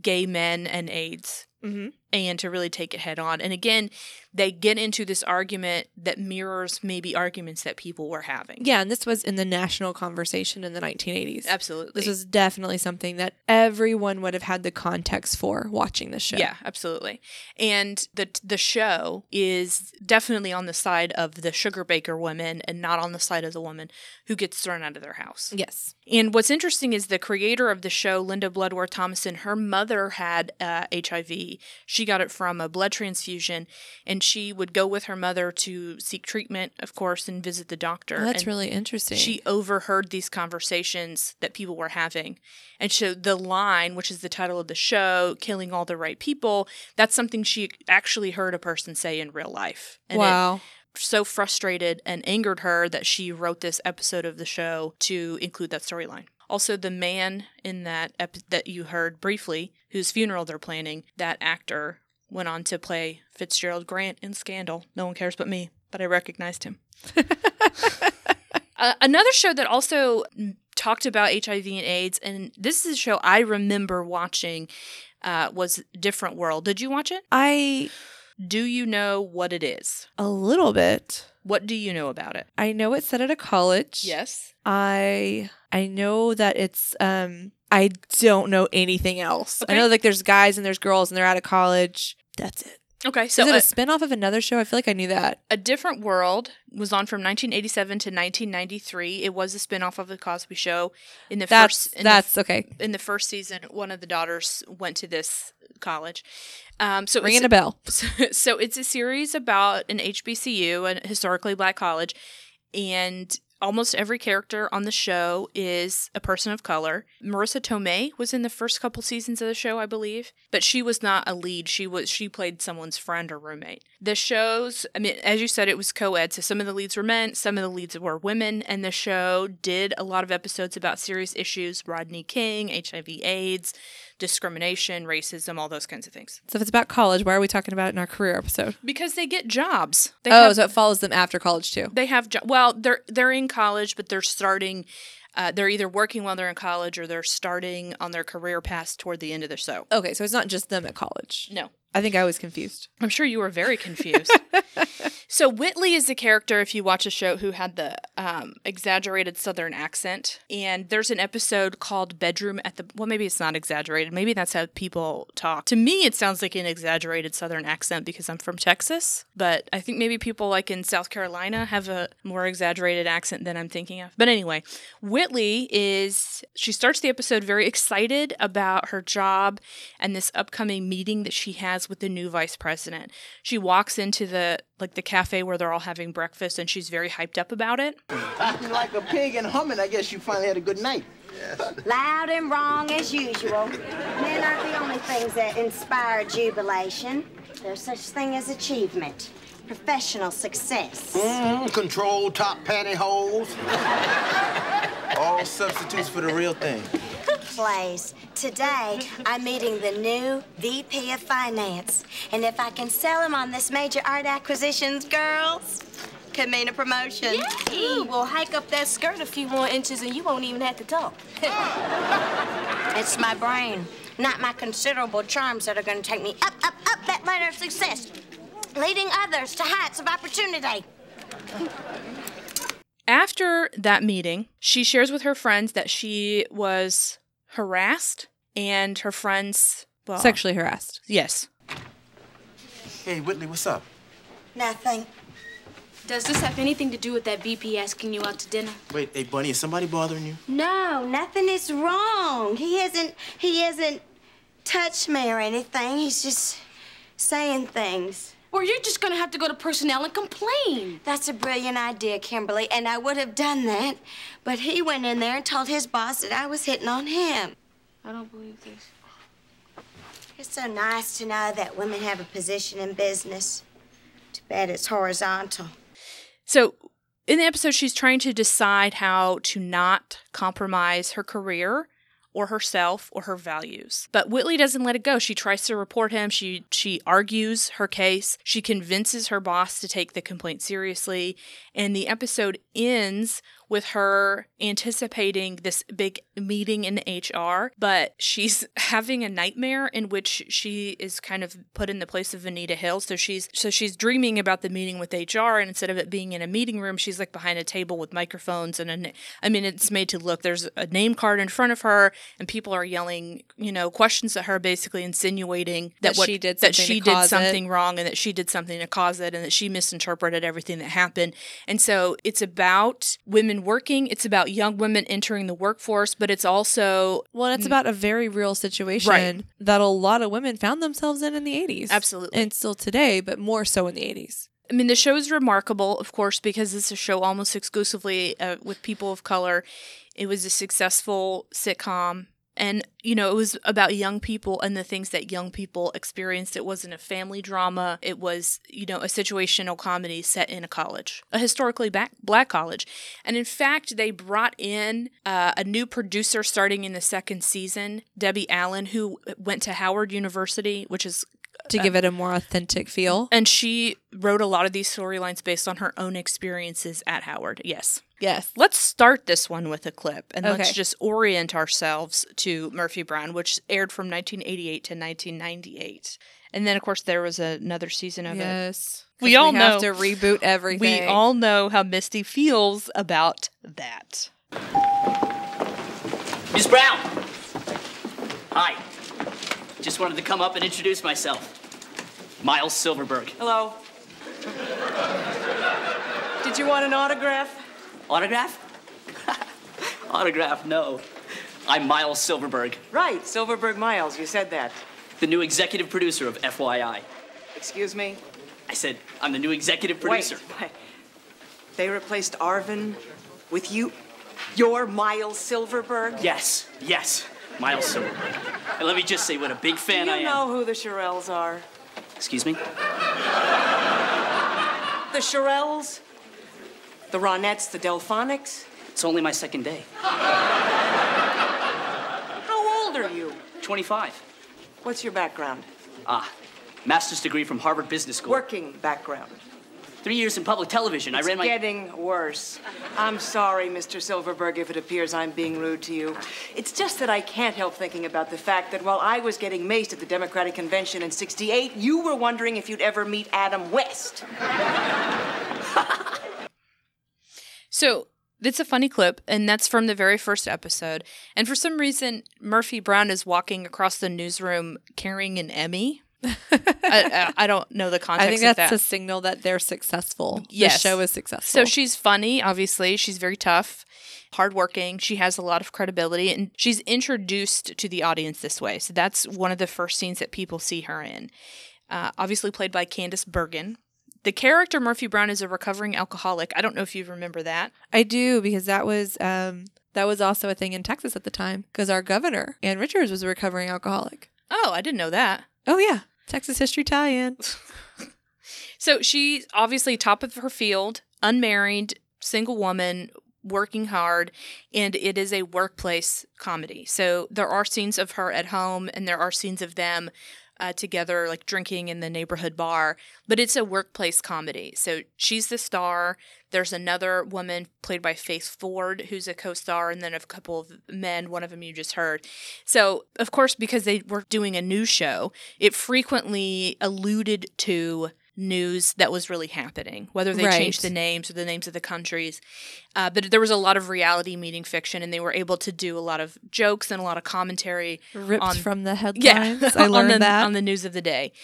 gay men and AIDS
Mm-hmm.
and to really take it head on. And again, they get into this argument that mirrors maybe arguments that people were having.
Yeah, and this was in the national conversation in the 1980s.
Absolutely.
This was definitely something that everyone would have had the context for watching this show.
Yeah, absolutely. And the the show is definitely on the side of the sugar baker woman and not on the side of the woman who gets thrown out of their house.
Yes.
And what's interesting is the creator of the show, Linda Bloodworth Thomason, her mother had uh, HIV. She got it from a blood transfusion, and she would go with her mother to seek treatment, of course, and visit the doctor.
Well, that's
And
really interesting.
She overheard these conversations that people were having. And so the line, which is the title of the show, Killing All the Right People, that's something she actually heard a person say in real life. And it
wow.
so frustrated and angered her that she wrote this episode of the show to include that storyline. Also, the man in that ep- that you heard briefly, whose funeral they're planning, that actor went on to play Fitzgerald Grant in Scandal. No one cares but me, but I recognized him. Uh, another show that also mm, talked about HIV and AIDS, and this is a show I remember watching, uh, was Different World. Did you watch it?
I
Do you know what it is?
a little bit.
What do you know about it?
I know it's set at a college.
Yes.
I I know that it's um I don't know anything else. I
Okay.
know like there's guys and there's girls and they're out of college. That's it.
Okay,
Is
so uh,
it a
a,
spinoff of another show? I feel like I knew that.
A Different World was on from 1987 to 1993. It was a spinoff of The Cosby Show. In the
That's
first, in the
that's okay.
in the first season, one of the daughters went to this college. Um, so
Ringing
it's,
a bell.
So, so it's a series about an HBCU, a historically black college, and almost every character on the show is a person of color. Marissa Tomei was in the first couple seasons of the show, I believe, but she was not a lead. She was she played someone's friend or roommate. The shows, I mean, as you said, it was co-ed, so some of the leads were men, some of the leads were women, and the show did a lot of episodes about serious issues: Rodney King, HIV/AIDS, discrimination, racism, all those kinds of things
So if it's about college, why are we talking about it in our career episode?
because they get jobs. They
Oh,
have,
so it follows them after college too.
they have jo- well, they're they're in college, but they're starting. Uh, they're either working while they're in college or they're starting on their career path toward the end of their so.
Okay, so it's not just them at college.
No,
I think I was confused.
I'm sure you were very confused. so Whitley is the character if you watch a show who had the um, exaggerated Southern accent, and there's an episode called "Bedroom at the." Well, maybe it's not exaggerated. Maybe that's how people talk. To me, it sounds like an exaggerated Southern accent because I'm from Texas, but I think maybe people like in South Carolina have a more exaggerated accent than I'm thinking of. But anyway, Whitley is she starts the episode very excited about her job and this upcoming meeting that she has with the new vice president. She walks into the like the cafe where they're all having breakfast and she's very hyped up about it.
like a pig and humming, I guess you finally had a good night.
Loud and wrong as usual. Men aren't the only things that inspire jubilation. There's such thing as achievement, professional success.
Mm-hmm. Control top pantyhose.
All substitutes for the real thing.
Place. Today, I'm meeting the new VP of Finance. And if I can sell him on this major art acquisitions, girls, could mean a promotion.
Ooh, well, hike up that skirt a few more inches and you won't even have to talk.
It's my brain, not my considerable charms that are going to take me up, up, up that ladder of success, leading others to heights of opportunity.
After that meeting, she shares with her friends that she was harassed and her friends well,
Sexually harassed.
Yes.
Hey, Whitley, what's up?
Nothing.
Does this have anything to do with that VP asking you out to dinner?
Wait, hey, Bunny, is somebody bothering you?
No, nothing is wrong. He hasn't he hasn't touched me or anything. He's just saying things.
Or you're just gonna have to go to personnel and complain.
That's a brilliant idea, Kimberly, and I would have done that. But he went in there and told his boss that I was hitting on him.
I don't believe this.
It's so nice to know that women have a position in business. Too bad it's horizontal.
So in the episode, she's trying to decide how to not compromise her career or herself or her values. But Whitley doesn't let it go. She tries to report him. She she argues her case. She convinces her boss to take the complaint seriously. And the episode ends with her anticipating this big meeting in HR, but she's having a nightmare in which she is kind of put in the place of Anita Hill. So she's so she's dreaming about the meeting with HR, and instead of it being in a meeting room, she's like behind a table with microphones and a na- I mean, it's made to look there's a name card in front of her, and people are yelling, you know, questions at her, basically insinuating that,
That
what
she did
that
something
she
to
did
cause it.
something wrong and that she did something to cause it and that she misinterpreted everything that happened. And so it's about women working, it's about young women entering the workforce, but it's also
Well, and it's about a very real situation
Right.
that a lot of women found themselves in in the 80s.
Absolutely.
And still today, but more so in the 80s.
I mean, the show is remarkable, of course, because it's a show almost exclusively uh, with people of color. It was a successful sitcom. And, you know, it was about young people and the things that young people experienced. It wasn't a family drama. It was, you know, a situational comedy set in a college, a historically back, black college. And in fact, they brought in uh, a new producer starting in the second season, Debbie Allen, who went to Howard University, which is
to give it a more authentic feel.
And she wrote a lot of these storylines based on her own experiences at Howard. Yes.
Yes.
Let's start this one with a clip and
Okay.
let's just orient ourselves to Murphy Brown, which aired from 1988 to 1998. And then, of course, there was another season of it.
Yes. 'Cause
We all
have
know-
to reboot everything.
We all know how Misty feels about that.
Miss Brown! Hi. Just wanted to come up and introduce myself. Miles Silverberg.
Hello. Did you want an autograph?
Autograph? Autograph, no. I'm Miles Silverberg,
Right, Silverberg Miles, you said that.
the new executive producer of FYI.
Excuse me?
I said, I'm the new executive producer.
Wait. They replaced Arvin with you? You're Miles Silverberg?
Yes, yes, Miles Silverberg. And let me just say what a big
Do you
fan I am.
know who the Shirelles are?
Excuse me?
The Shirelles? The Ronettes, the Delphonics?
It's only my second day.
How old are you?
25.
What's your background?
Ah, master's degree from Harvard Business School.
Working background.
Three years in public television. I
It's
ran my.
getting worse. I'm sorry, Mr. Silverberg, if it appears I'm being rude to you. It's just that I can't help thinking about the fact that while I was getting maced at the Democratic Convention in 68, you were wondering if you'd ever meet Adam West.
So it's a funny clip, and that's from the very first episode. And for some reason, Murphy Brown is walking across the newsroom carrying an Emmy. I, I, I don't know the context.
I think
of
that's
that.
a signal that they're successful.
Yes.
The show is successful.
So she's funny, obviously. She's very tough, hardworking. She has a lot of credibility, and she's introduced to the audience this way. So that's one of the first scenes that people see her in. Uh, obviously, played by Candace Bergen. The character Murphy Brown is a recovering alcoholic. I don't know if you remember that.
I do because that was um that was also a thing in Texas at the time because our governor Ann Richards was a recovering alcoholic.
Oh, I didn't know that.
Oh yeah, Texas history tie-in.
So she's obviously top of her field, unmarried, single woman, working hard, and it is a workplace comedy. So there are scenes of her at home and there are scenes of them uh, together, like drinking in the neighborhood bar, but it's a workplace comedy. So she's the star. There's another woman played by Faith Ford, who's a co star, and then a couple of men, one of them you just heard. So, of course, because they were doing a new show, it frequently alluded to news that was really happening, whether they
Right.
changed the names or the names of the countries. Uh, but there was a lot of reality meeting fiction, and they were able to do a lot of jokes and a lot of commentary
Ripped
on-
from the headlines.
Yeah,
I
on
learned
the,
that.
on the news of the day.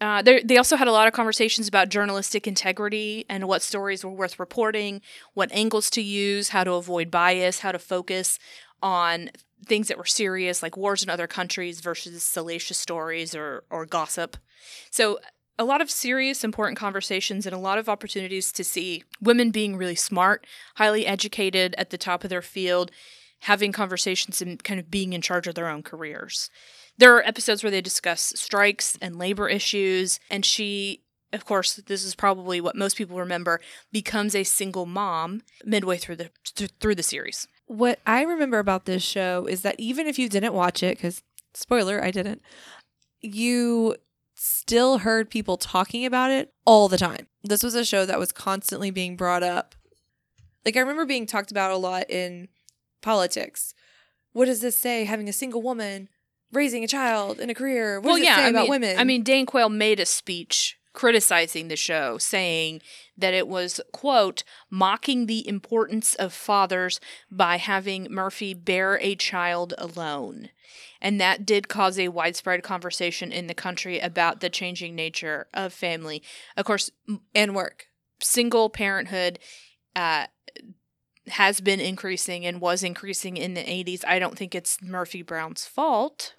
Uh, there- they also had a lot of conversations about journalistic integrity and what stories were worth reporting, what angles to use, how to avoid bias, how to focus on things that were serious, like wars in other countries versus salacious stories or, or gossip. So, a lot of serious, important conversations and a lot of opportunities to see women being really smart, highly educated, at the top of their field, having conversations and kind of being in charge of their own careers. There are episodes where they discuss strikes and labor issues, and she, of course, this is probably what most people remember, becomes a single mom midway through the th- through the series.
what I remember about this show is that even if you didn't watch it, because spoiler, I didn't, you still heard people talking about it all the time. This was a show that was constantly being brought up. Like, I remember being talked about a lot in politics. What does this say, having a single woman, raising a child, and a career? What does it say
I
about
mean,
women?
I mean, Dan Quayle made a speech criticizing the show, saying that it was quote mocking the importance of fathers by having Murphy bear a child alone. And that did cause a widespread conversation in the country about the changing nature of family. Of course,
and work.
Single parenthood uh, has been increasing and was increasing in the 80s. I don't think it's Murphy Brown's fault,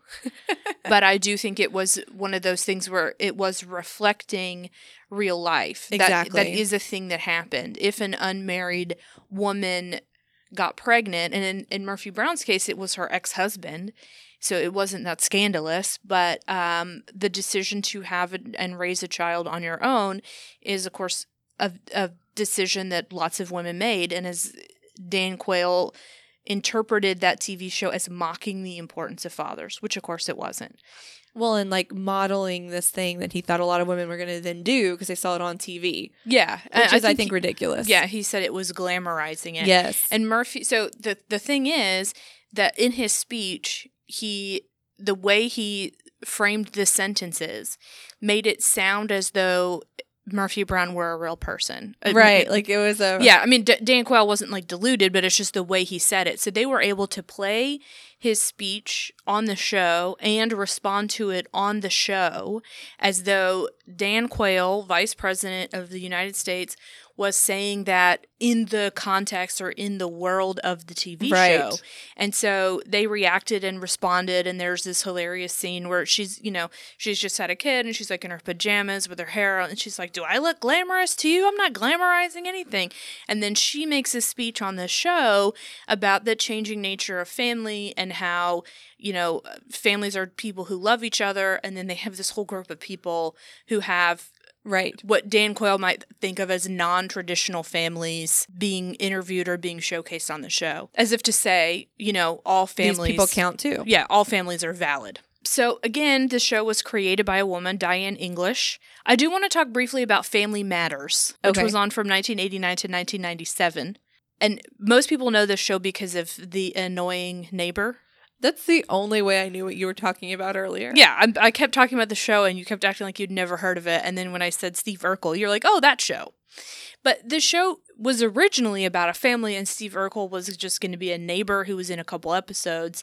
but I do think it was one of those things where it was reflecting real life. That- that
Exactly.
is a thing that happened. If an unmarried woman got pregnant, and in, in Murphy Brown's case, it was her ex husband. So it wasn't that scandalous, but um, the decision to have an- and raise a child on your own is, of course, a, a decision that lots of women made. And as Dan Quayle interpreted that TV show as mocking the importance of fathers, which, of course, it wasn't.
Well, and like modeling this thing that he thought a lot of women were going to then do because they saw it on TV.
Yeah,
Which is, I think,
he-
ridiculous.
Yeah, he said it was glamorizing it.
Yes.
and Murphy. So the the thing is that in his speech, he the way he framed the sentences made it sound as though Murphy Brown were a real person, Uh, It-
Right,
it-
like it was a-
yeah. I mean, D- Dan Quayle wasn't like deluded, but it's just the way he said it. So they were able to play his speech on the show and respond to it on the show as though Dan Quayle, Vice President of the United States, was saying that in the context or in the world of the TV
Right.
show. And so they reacted and responded. And there's this hilarious scene where she's, you know, she's just had a kid and she's like in her pajamas with her hair on. And she's like, Do I look glamorous to you? I'm not glamorizing anything. And then she makes a speech on the show about the changing nature of family and how, you know, families are people who love each other. And then they have this whole group of people who have
Right.
what Dan Quayle might think of as non traditional families being interviewed or being showcased on the show, as if to say, you know, all
These
families.
people count too.
Yeah, all families are valid. So, again, the show was created by a woman, Diane English. I do want to talk briefly about Family Matters, which
Okay.
was on from 1989 to 1997. And most people know this show because of the annoying neighbor.
That's the only way I knew what you were talking about earlier.
Yeah, I, I kept talking about the show, and you kept acting like you'd never heard of it. And then when I said Steve Urkel, you're like, "Oh, that show." But the show was originally about a family, and Steve Urkel was just going to be a neighbor who was in a couple episodes.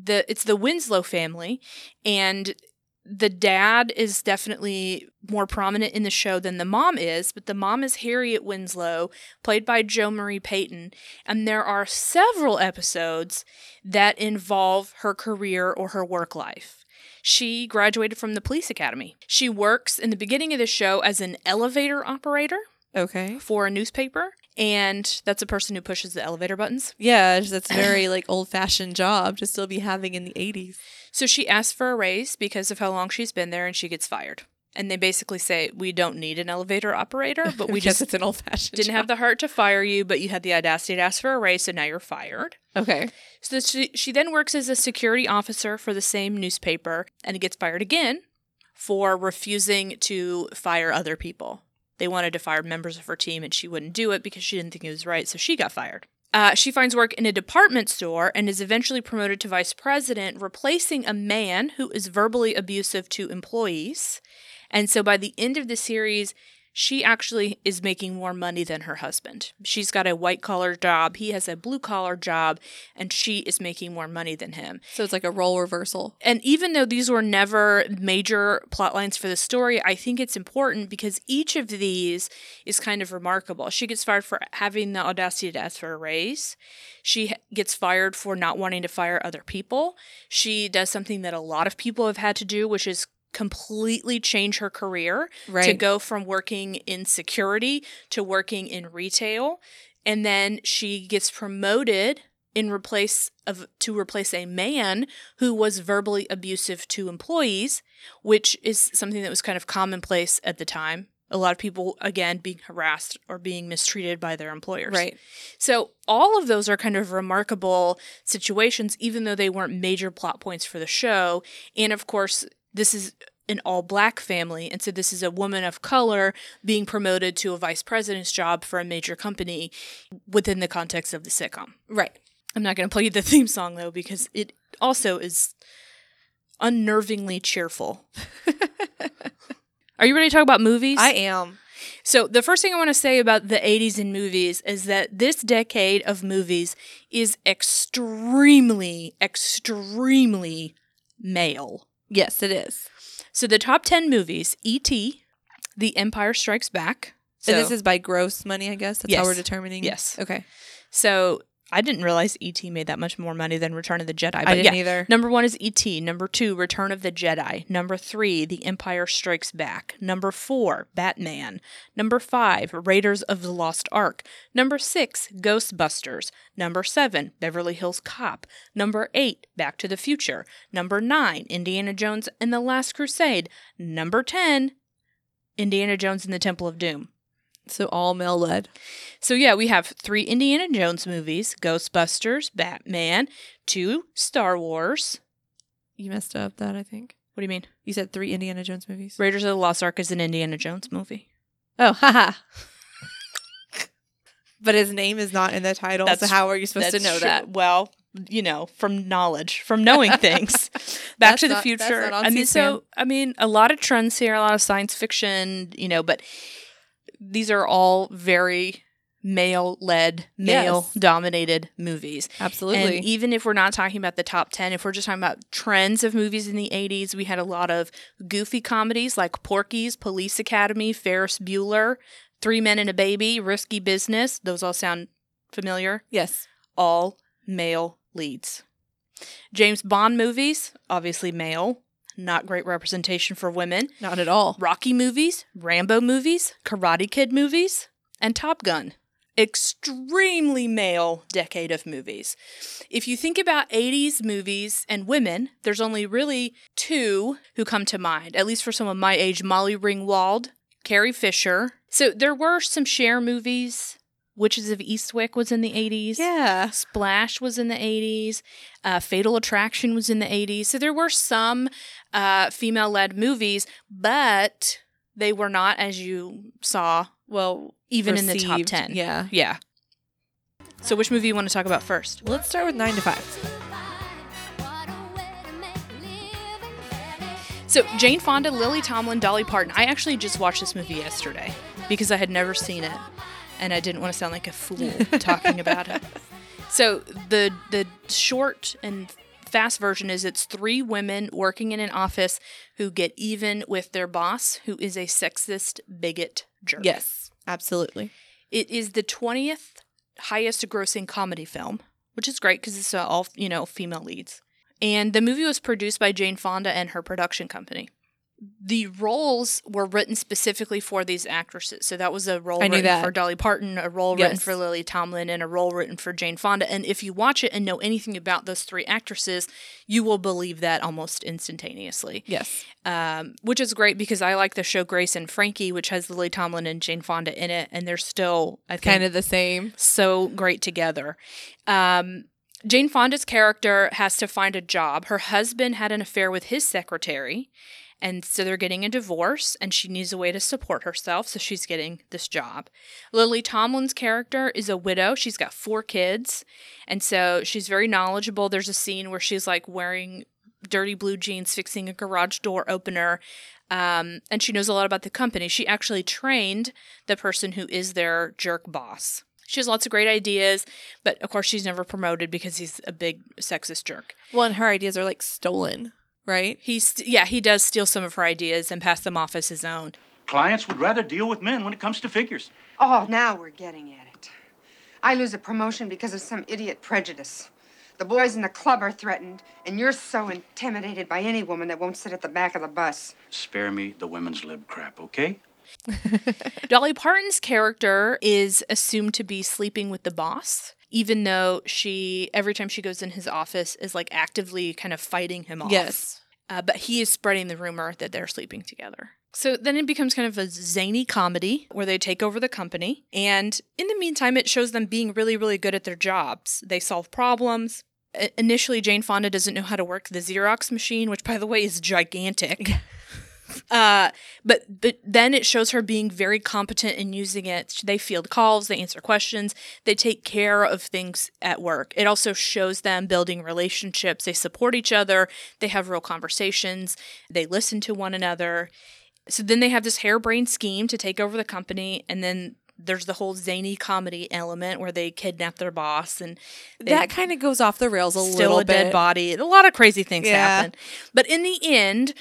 The it's the Winslow family, and the dad is definitely more prominent in the show than the mom is, but the mom is Harriet Winslow, played by Jo Marie Peyton. And there are several episodes that involve her career or her work life. She graduated from the police academy. She works in the beginning of the show as an elevator operator
Okay.
for a newspaper, and that's a person who pushes the elevator buttons.
Yeah, that's a very like old fashioned job to still be having in the 80s.
So she asks for a raise because of how long she's been there and she gets fired. And they basically say, We don't need an elevator operator, but we
Because
just
it's an old fashioned
didn't have the heart to fire you, but you had the audacity to ask for a raise, so now you're fired.
Okay.
So she, she then works as a security officer for the same newspaper and gets fired again for refusing to fire other people. They wanted to fire members of her team and she wouldn't do it because she didn't think it was right, so she got fired. Uh, she finds work in a department store and is eventually promoted to vice president, replacing a man who is verbally abusive to employees. And so by the end of the series, she actually is making more money than her husband. She's got a white collar job, he has a blue collar job, and she is making more money than him.
So it's like a role reversal.
And even though these were never major plot lines for the story, I think it's important because each of these is kind of remarkable. She gets fired for having the audacity to ask for a raise. She h- gets fired for not wanting to fire other people. She does something that a lot of people have had to do, which is completely change her career to
Right.
go from working in security to working in retail and then she gets promoted in replace of to replace a man who was verbally abusive to employees, which is something that was kind of commonplace at the time. A lot of people again being harassed or being mistreated by their employers.
Right.
So all of those are kind of remarkable situations even though they weren't major plot points for the show. And of course, this is an all black family. And so this is a woman of color being promoted to a vice president's job for a major company within the context of the sitcom.
Right.
I'm not going to play you the theme song though because it also is unnervingly cheerful. Are you ready to talk about movies?
I am.
So, the first thing I want to say about the 80s in movies is that this decade of movies is extremely, extremely male.
Yes, it is.
So, the top 10 movies E.T., The Empire Strikes Back. So,
and this is by gross money, I guess. That's how we're
Yes.
determining.
Yes.
Okay.
So I didn't realize E.T. made that much more money than Return of the Jedi. But
didn't
yeah,
either.
Number one is E.T. Number two, Return of the Jedi. Number three, The Empire Strikes Back. Number four, Batman. Number five, Raiders of the Lost Ark. Number six, Ghostbusters. Number seven, Beverly Hills Cop. Number eight, Back to the Future. Number nine, Indiana Jones and the Last Crusade. Number ten, Indiana Jones and the Temple of Doom.
So all male led.
So yeah, we have three Indiana Jones movies: Ghostbusters, Batman, two Star Wars.
You messed up that, I think.
What do you mean?
You said three Indiana Jones movies.
Raiders of the Lost Ark is an Indiana Jones movie.
Oh, haha. but his name is not in the title, so how are you supposed to
that's
know
true.
that?
Well, you know, from knowledge, from knowing things. Back
That's
to the
not- that's
future.
not on
I mean,
C-SPAN.
so I mean, a lot of trends here, a lot of science fiction, you know, but these are all very male-led, male-dominated movies.
Absolutely.
And even if we're not talking about the top 10, if we're just talking about trends of movies in the 80s, we had a lot of goofy comedies like Porky's, Police Academy, Ferris Bueller, Three Men and a Baby, Risky Business. Those all sound familiar.
Yes.
All male leads. James Bond movies, obviously male. Not great representation for women.
Not at all.
Rocky movies, Rambo movies, Karate Kid movies, and Top Gun. Extremely male decade of movies. If you think about 80s movies and women, there's only really two who come to mind, at least for someone my age Molly Ringwald, Carrie Fisher. So there were some Cher movies. Witches of Eastwick was in the 80s.
Yeah.
uh, Splash was in the 80s. Uh, Fatal Attraction was in the 80s. So there were some uh, female led movies, but they were not, as you saw,
well,
even in the top
received.
10.
Yeah.
Yeah. So which movie you want to talk about first?
Let's start with Nine to Five.
So Jane Fonda, Lily Tomlin, Dolly Parton. I actually just watched this movie yesterday because I had never seen it, and I didn't want to sound like a fool talking about it. So the the short and fast version is it's three women working in an office who get even with their boss, who is a sexist bigot jerk.
Yes, absolutely.
It is the 20th highest grossing comedy film, which is great because it's uh, all, you know, female leads. And the movie was produced by Jane Fonda and her production company. The roles were written specifically for these actresses. So that was a role
I knew
written
that.
for Dolly Parton, a role written
Yes.
for Lily Tomlin, and a role written for Jane Fonda. And if you watch it and know anything about those three actresses, you will believe that almost instantaneously
Yes.
um, which is great because I like the show Grace and Frankie, which has Lily Tomlin and Jane Fonda in it, and they're still I think
Kind of the same.
so great together. Um, Jane Fonda's character has to find a job. Her husband had an affair with his secretary, and so they're getting a divorce, and she needs a way to support herself, so she's getting this job. Lily Tomlin's character is a widow. She's got four kids, and so she's very knowledgeable. There's a scene where she's like wearing dirty blue jeans, fixing a garage door opener. Um, and she knows a lot about the company. She actually trained the person who is their jerk boss. She has lots of great ideas, but of course she's never promoted because he's a big sexist jerk.
Well, and her ideas are like stolen, right?
He's yeah, he does steal some of her ideas and pass them off as his own.
Clients would rather deal with men when it comes to figures.
Oh, now we're getting at it. I lose a promotion because of some idiot prejudice. The boys in the club are threatened, and you're so intimidated by any woman that won't sit at the back of the bus.
Spare me the women's lib crap, okay?
Dolly Parton's character is assumed to be sleeping with the boss, even though she every time she goes in his office is like actively kind of fighting him off.
Yes.
Uh, but he is spreading the rumor that they're sleeping together. So then it becomes kind of a zany comedy where they take over the company. And in the meantime, it shows them being really, really good at their jobs. They solve problems. I- initially, Jane Fonda doesn't know how to work the Xerox machine, which, by the way, is gigantic. Uh, but but then it shows her being very competent in using it. They field calls, they answer questions, they take care of things at work. It also shows them building relationships. They support each other. They have real conversations. They listen to one another. So then they have this harebrained scheme to take over the company, and then there's the whole zany comedy element where they kidnap their boss and they
that kind of goes off the rails a
still
little
a dead
bit.
body. A lot of crazy things
Yeah.
happen. But in the end,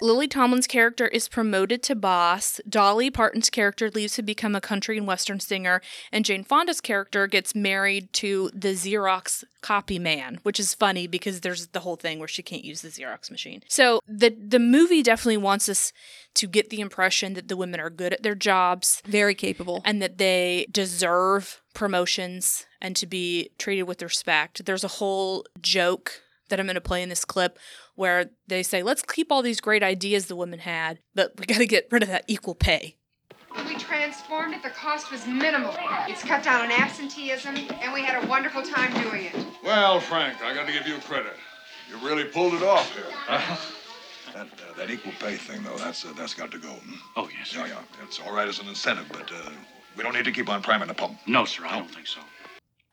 Lily Tomlin's character is promoted to boss. Dolly Parton's character leaves to become a country and western singer, and Jane Fonda's character gets married to the Xerox copy man, which is funny because there's the whole thing where she can't use the Xerox machine. So the the movie definitely wants us to get the impression that the women are good at their jobs,
Very capable.
and that they deserve promotions and to be treated with respect. There's a whole joke that I'm going to play in this clip where they say, let's keep all these great ideas the women had, but we got to get rid of that equal pay.
When we transformed it, the cost was minimal. It's cut down on absenteeism, and we had a wonderful time doing it.
Uh-huh.
Well, Frank, I got to give you credit. You really pulled it off here. That, uh, that equal pay thing, though, that's, uh, that's got to go.
Oh, yes.
Yeah, yeah. It's all right as an incentive, but uh, we don't need to keep on priming the pump.
No, sir, I don't think so.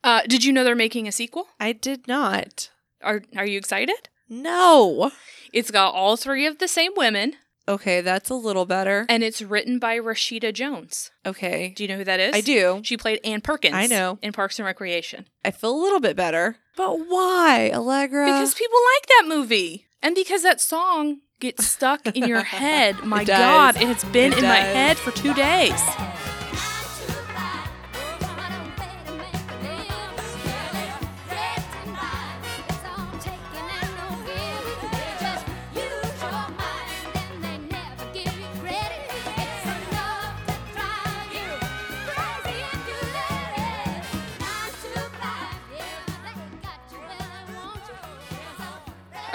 Uh, did you know they're making a sequel?
I did not.
Are Are you excited?
No.
It's got all three of the same women,
Okay, that's a little better.
and it's written by Rashida Jones.
Okay.
Do you know who that is?
I do.
She played Ann Perkins.
I know.
in Parks and Recreation
I feel a little bit better. But why, Allegra?
because people like that movie and because that song gets stuck in your head. My
does.
God, and it's been
It
in my
does.
head for two days.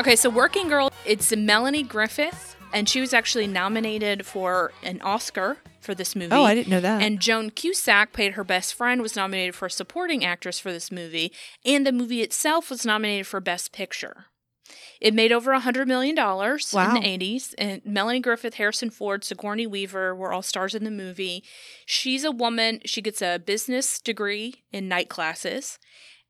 Okay, so Working Girl, it's Melanie Griffith, and she was actually nominated for an Oscar for this movie.
Oh, I didn't know that.
And Joan Cusack played her best friend, was nominated for a supporting actress for this movie, and the movie itself was nominated for Best Picture. It made over $100 million
Wow.
in the 80s, and Melanie Griffith, Harrison Ford, Sigourney Weaver were all stars in the movie. She's a woman, she gets a business degree in night classes.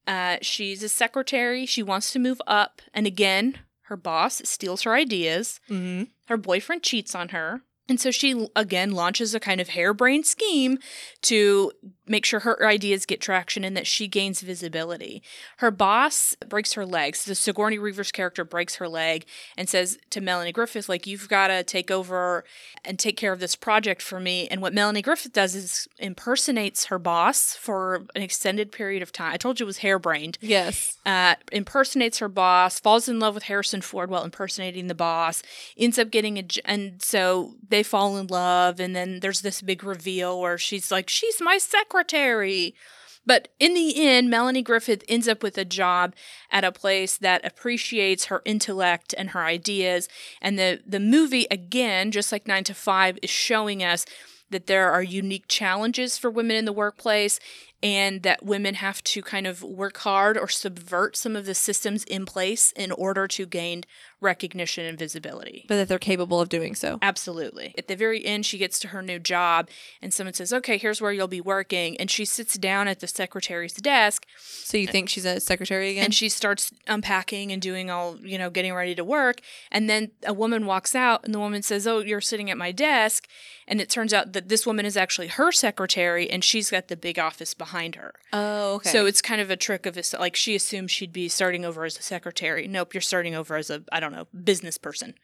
Uh, she's a secretary. She wants to move up. And again, her boss steals her ideas.
Mhm.
Her boyfriend cheats on her. And so she again launches a kind of harebrained scheme to make sure her ideas get traction and that she gains visibility. Her boss breaks her leg. So Sigourney Weaver's character breaks her leg and says to Melanie Griffith, like, you've got to take over and take care of this project for me. And what Melanie Griffith does is impersonates her boss for an extended period of time. I told you it was harebrained
Yes.
uh, impersonates her boss, falls in love with Harrison Ford while impersonating the boss, ends up getting a, j- and so they fall in love, and then there's this big reveal where she's like, she's my secretary. But in the end, Melanie Griffith ends up with a job at a place that appreciates her intellect and her ideas. And the, the movie, again, just like Nine to Five, is showing us that there are unique challenges for women in the workplace and that women have to kind of work hard or subvert some of the systems in place in order to gain recognition and visibility.
But that they're capable of doing so.
Absolutely. At the very end, she gets to her new job, and someone says, Okay, here's where you'll be working. And she sits down at the secretary's desk.
So you think she's a secretary again?
And she starts unpacking and doing all, you know, getting ready to work. And then a woman walks out, and the woman says, Oh, you're sitting at my desk. And it turns out that this woman is actually her secretary, and she's got the big office behind her.
Oh, okay.
So it's kind of a trick of this. Like she assumed she'd be starting over as a secretary. Nope, you're starting over as a I don't know business person.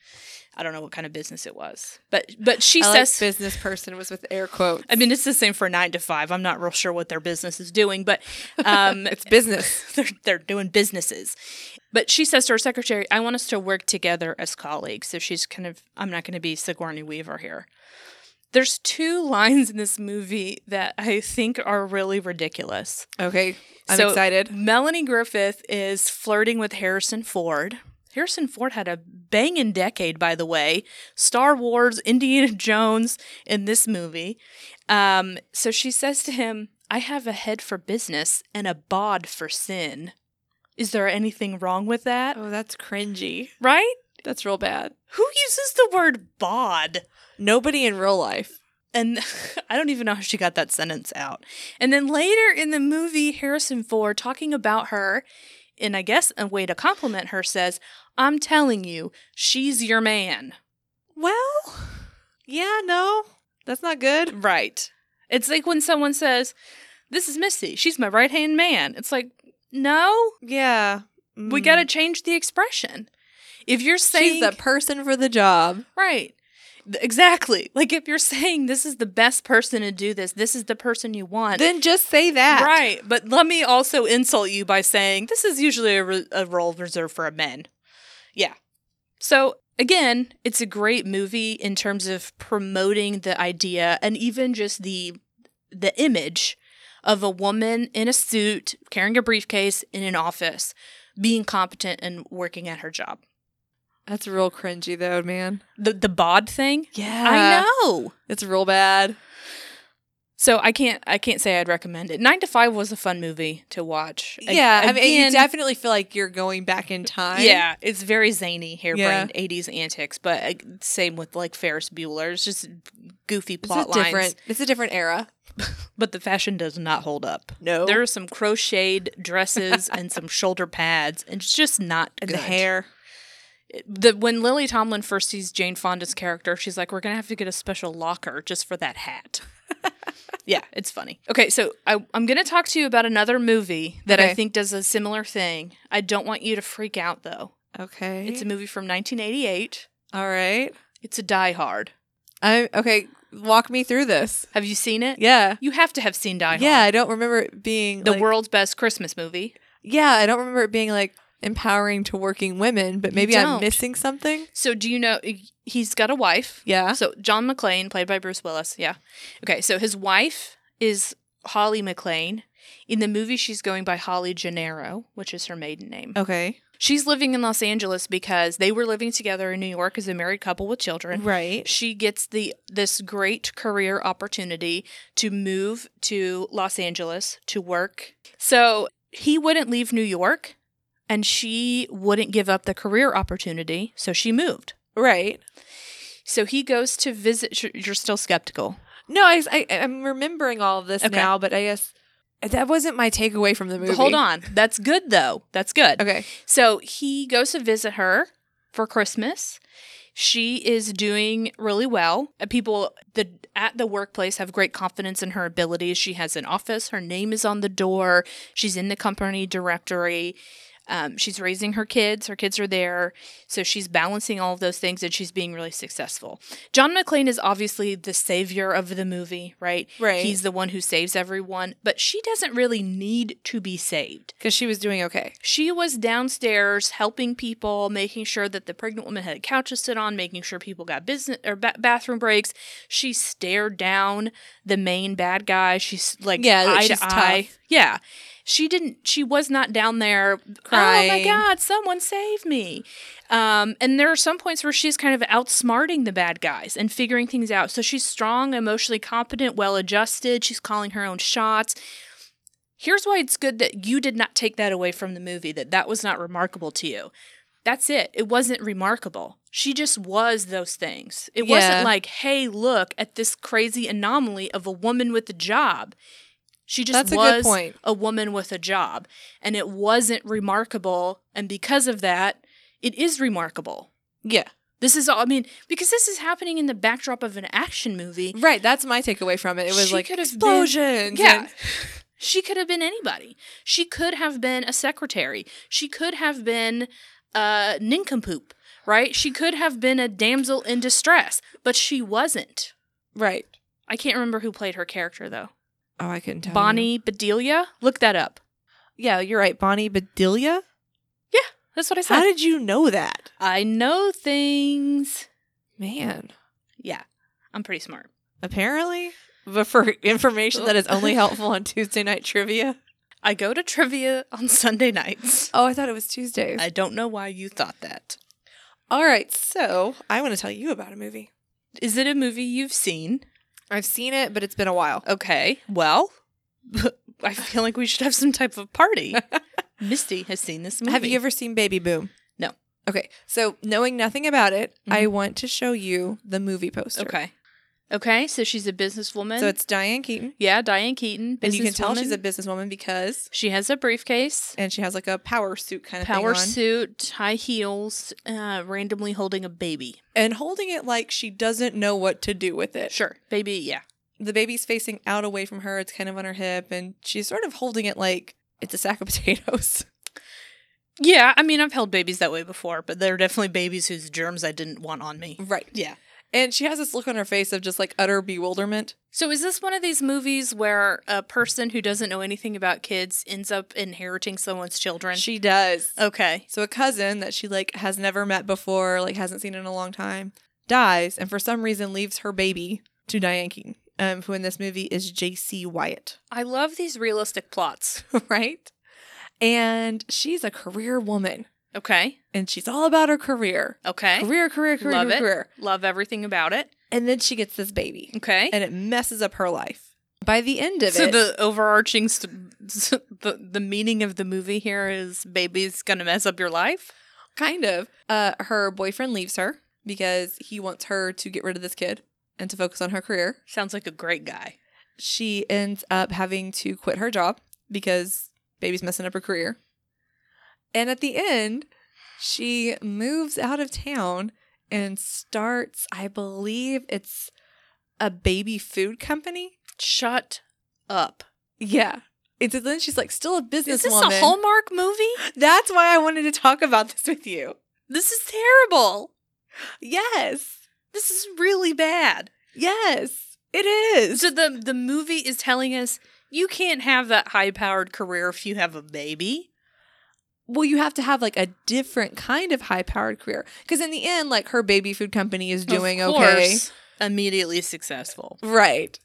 I don't know what kind of business it was, but but she
I like
says
business person was with air quotes.
I mean, it's the same for nine to five. I'm not real sure what their business is doing, but um, it's business. they're, they're doing businesses. But she says to her secretary, I want us to work together as colleagues. So she's kind of, I'm not going to be Sigourney Weaver here. There's two lines in this movie that I think are really ridiculous.
Okay, I'm
So
excited.
Melanie Griffith is flirting with Harrison Ford. Harrison Ford had a banging decade, by the way. Star Wars, Indiana Jones, in this movie. Um, so she says to him, I have a head for business and a bod for sin. Is there anything wrong with that?
Oh, that's cringy.
Right?
That's real bad.
Who uses the word bod?
Nobody in real life.
And I don't even know how she got that sentence out. And then later in the movie, Harrison Ford talking about her, and I guess a way to compliment her says, I'm telling you, she's your man.
Well, yeah, no, that's not good.
Right. It's like when someone says, This is Missy, she's my right hand man. It's like, No,
Yeah. Mm, Mm-hmm.
we got to change the expression. If you're saying
She's the person for the job.
Right. Th- Exactly. Like if you're saying this is the best person to do this, this is the person you want.
Then just say that.
Right. But let me also insult you by saying this is usually a, re- a role reserved for men. Yeah. So again, it's a great movie in terms of promoting the idea and even just the the image of a woman in a suit carrying a briefcase in an office being competent and working at her job.
That's real cringy though, man.
The the bod thing?
Yeah.
I know.
It's real bad.
So I can't I can't say I'd recommend it. Nine to Five was a fun movie to watch. A-
yeah, I mean, you
again-
definitely feel like you're going back in time.
Yeah, it's very zany, harebrained
Yeah.
'80s antics, but uh, same with like Ferris Bueller. It's just goofy
It's
plot
a
lines.
different. It's a different era.
But the fashion does not hold up.
No.
there are some crocheted dresses and some shoulder pads, and it's just not
And
good.
the hair.
The when Lily Tomlin first sees Jane Fonda's character, she's like, "We're gonna have to get a special locker just for that hat." yeah, it's funny. Okay, so I, I'm gonna talk to you about another movie that
Okay.
I think does a similar thing. I don't want you to freak out though.
Okay.
It's a movie from 1988.
All right.
It's a Die Hard.
I okay. Walk me through this.
Have you seen it?
Yeah.
You have to have seen Die Hard.
Yeah, I don't remember it being
The
like-
world's best Christmas movie.
Yeah, I don't remember it being like empowering to working women, but maybe I'm
don't.
missing something.
So do you know he's got a wife?
Yeah.
So John McClane, played by Bruce Willis. Yeah. Okay. So his wife is Holly McClane. In the movie, she's going by Holly Gennaro, which is her maiden name.
Okay.
She's living in Los Angeles because they were living together in New York as a married couple with children.
Right.
She gets the this great career opportunity to move to Los Angeles to work. So he wouldn't leave New York and she wouldn't give up the career opportunity, so she moved.
Right.
So he goes to visit you're- you're still skeptical.
No, I, I I'm remembering all of this
Okay.
now, but I guess that wasn't my takeaway from the movie.
Hold on. That's good though. That's good.
Okay.
So he goes to visit her for Christmas. She is doing really well. Uh, People the at the workplace have great confidence in her abilities. She has an office. Her name is on the door. She's in the company directory. Um, she's raising her kids. Her kids are there, so she's balancing all of those things, and she's being really successful. John McClane is obviously the savior of the movie, right?
Right.
He's the one who saves everyone, but she doesn't really need to be saved.
Because she was doing okay.
She was downstairs helping people, making sure that the pregnant woman had a couch to sit on, making sure people got business or ba- bathroom breaks. She stared down the main bad guy. She's like
Yeah, that
eye
she's
to eye.
tough.
Yeah. She didn't she was not down there Oh my
Crying.
god, someone save me. Um, and there are some points where she's kind of outsmarting the bad guys and figuring things out. So she's strong, emotionally competent, well adjusted. She's calling her own shots. Here's why it's good that you did not take that away from the movie that that was not remarkable to you. That's it. It wasn't remarkable. She just was those things. It
Yeah.
wasn't like, hey, look at this crazy anomaly of a woman with a job. She just
That's a
was
good point.
a woman with a job. And it wasn't remarkable. And because of that, it is remarkable.
Yeah.
This is all, I mean, because this is happening in the backdrop of an action movie.
Right. That's my takeaway from it. It was
She
like
could have been-
explosions.
yeah.
and-
She could have been anybody. She could have been a secretary. She could have been a nincompoop, right? She could have been a damsel in distress, but she wasn't.
right.
I can't remember who played her character though.
Oh, I couldn't tell. you.
Bonnie Bedelia? Look that up.
Yeah, you're right. Bonnie Bedelia.
Yeah, that's what I said.
How did you know that?
I know things.
Man.
Yeah, I'm pretty smart.
Apparently. But for information
Oh.
that is only helpful on Tuesday night trivia.
I go to trivia on Sunday nights.
Oh, I thought it was Tuesdays.
I don't know why you thought that.
All right, so I want to tell you about a movie.
Is it a movie you've seen?
I've seen it, but it's been a while.
Okay, well, I feel like we should have some type of party. Misty has seen this movie.
Have you ever seen Baby Boom?
No.
Okay, so knowing nothing about it, I
Mhm.
want to show you the movie poster.
Okay. Okay, so she's a businesswoman.
So it's Diane Keaton,
yeah, Diane Keaton.
and you can tell she's a
businesswoman.
businesswoman because,
she has a briefcase,
and she has like a power suit kind of
power
thing on,
suit, high heels, uh, randomly holding a baby.
and holding it like she doesn't know what to do with it.
Sure, baby. Yeah,
The baby's facing out away from her; it's kind of on her hip, and she's sort of holding it like it's a sack of potatoes.
yeah. I mean, I've held babies that way before, but there are definitely babies whose germs I didn't want on me.
right.
Yeah.
And she has this look on her face of just like utter bewilderment.
So is this one of these movies where a person who doesn't know anything about kids ends up inheriting someone's children?
She does.
okay.
So a cousin that she like has never met before, like hasn't seen in a long time, dies and for some reason leaves her baby to Diane Keaton, um, who in this movie is J.C. Wyatt,
I love these realistic plots.
right? And she's a career woman,
Okay.
and she's all about her career,
Okay.
career, career, career,
love
career,
it.
career.
Love everything about it.
And then she gets this baby,
Okay.
and it messes up her life. By the end of
so
it,
the overarching st- the the meaning of the movie here is baby's gonna mess up your life.
kind of, uh, her boyfriend leaves her because he wants her to get rid of this kid and to focus on her career.
Sounds like a great guy.
She ends up having to quit her job because baby's messing up her career. And at the end, she moves out of town and starts, I believe it's a baby food company.
Shut up.
Yeah. And so then she's like still a businesswoman.
Is this a Hallmark movie?
That's why I wanted to talk about this with you.
This is terrible.
Yes.
This is really bad.
Yes. It is.
So the the movie is telling us you can't have that high powered career if you have a baby.
well, you have to have like a different kind of high powered career. Because in the end, like her baby food company is doing
Of
okay.
course, Immediately successful.
Right.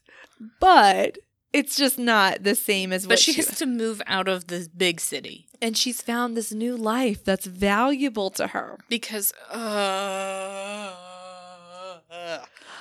But it's just not the same as
But
what
she
she,
has to move out of the big city
and she's found this new life that's valuable to her.
because uh,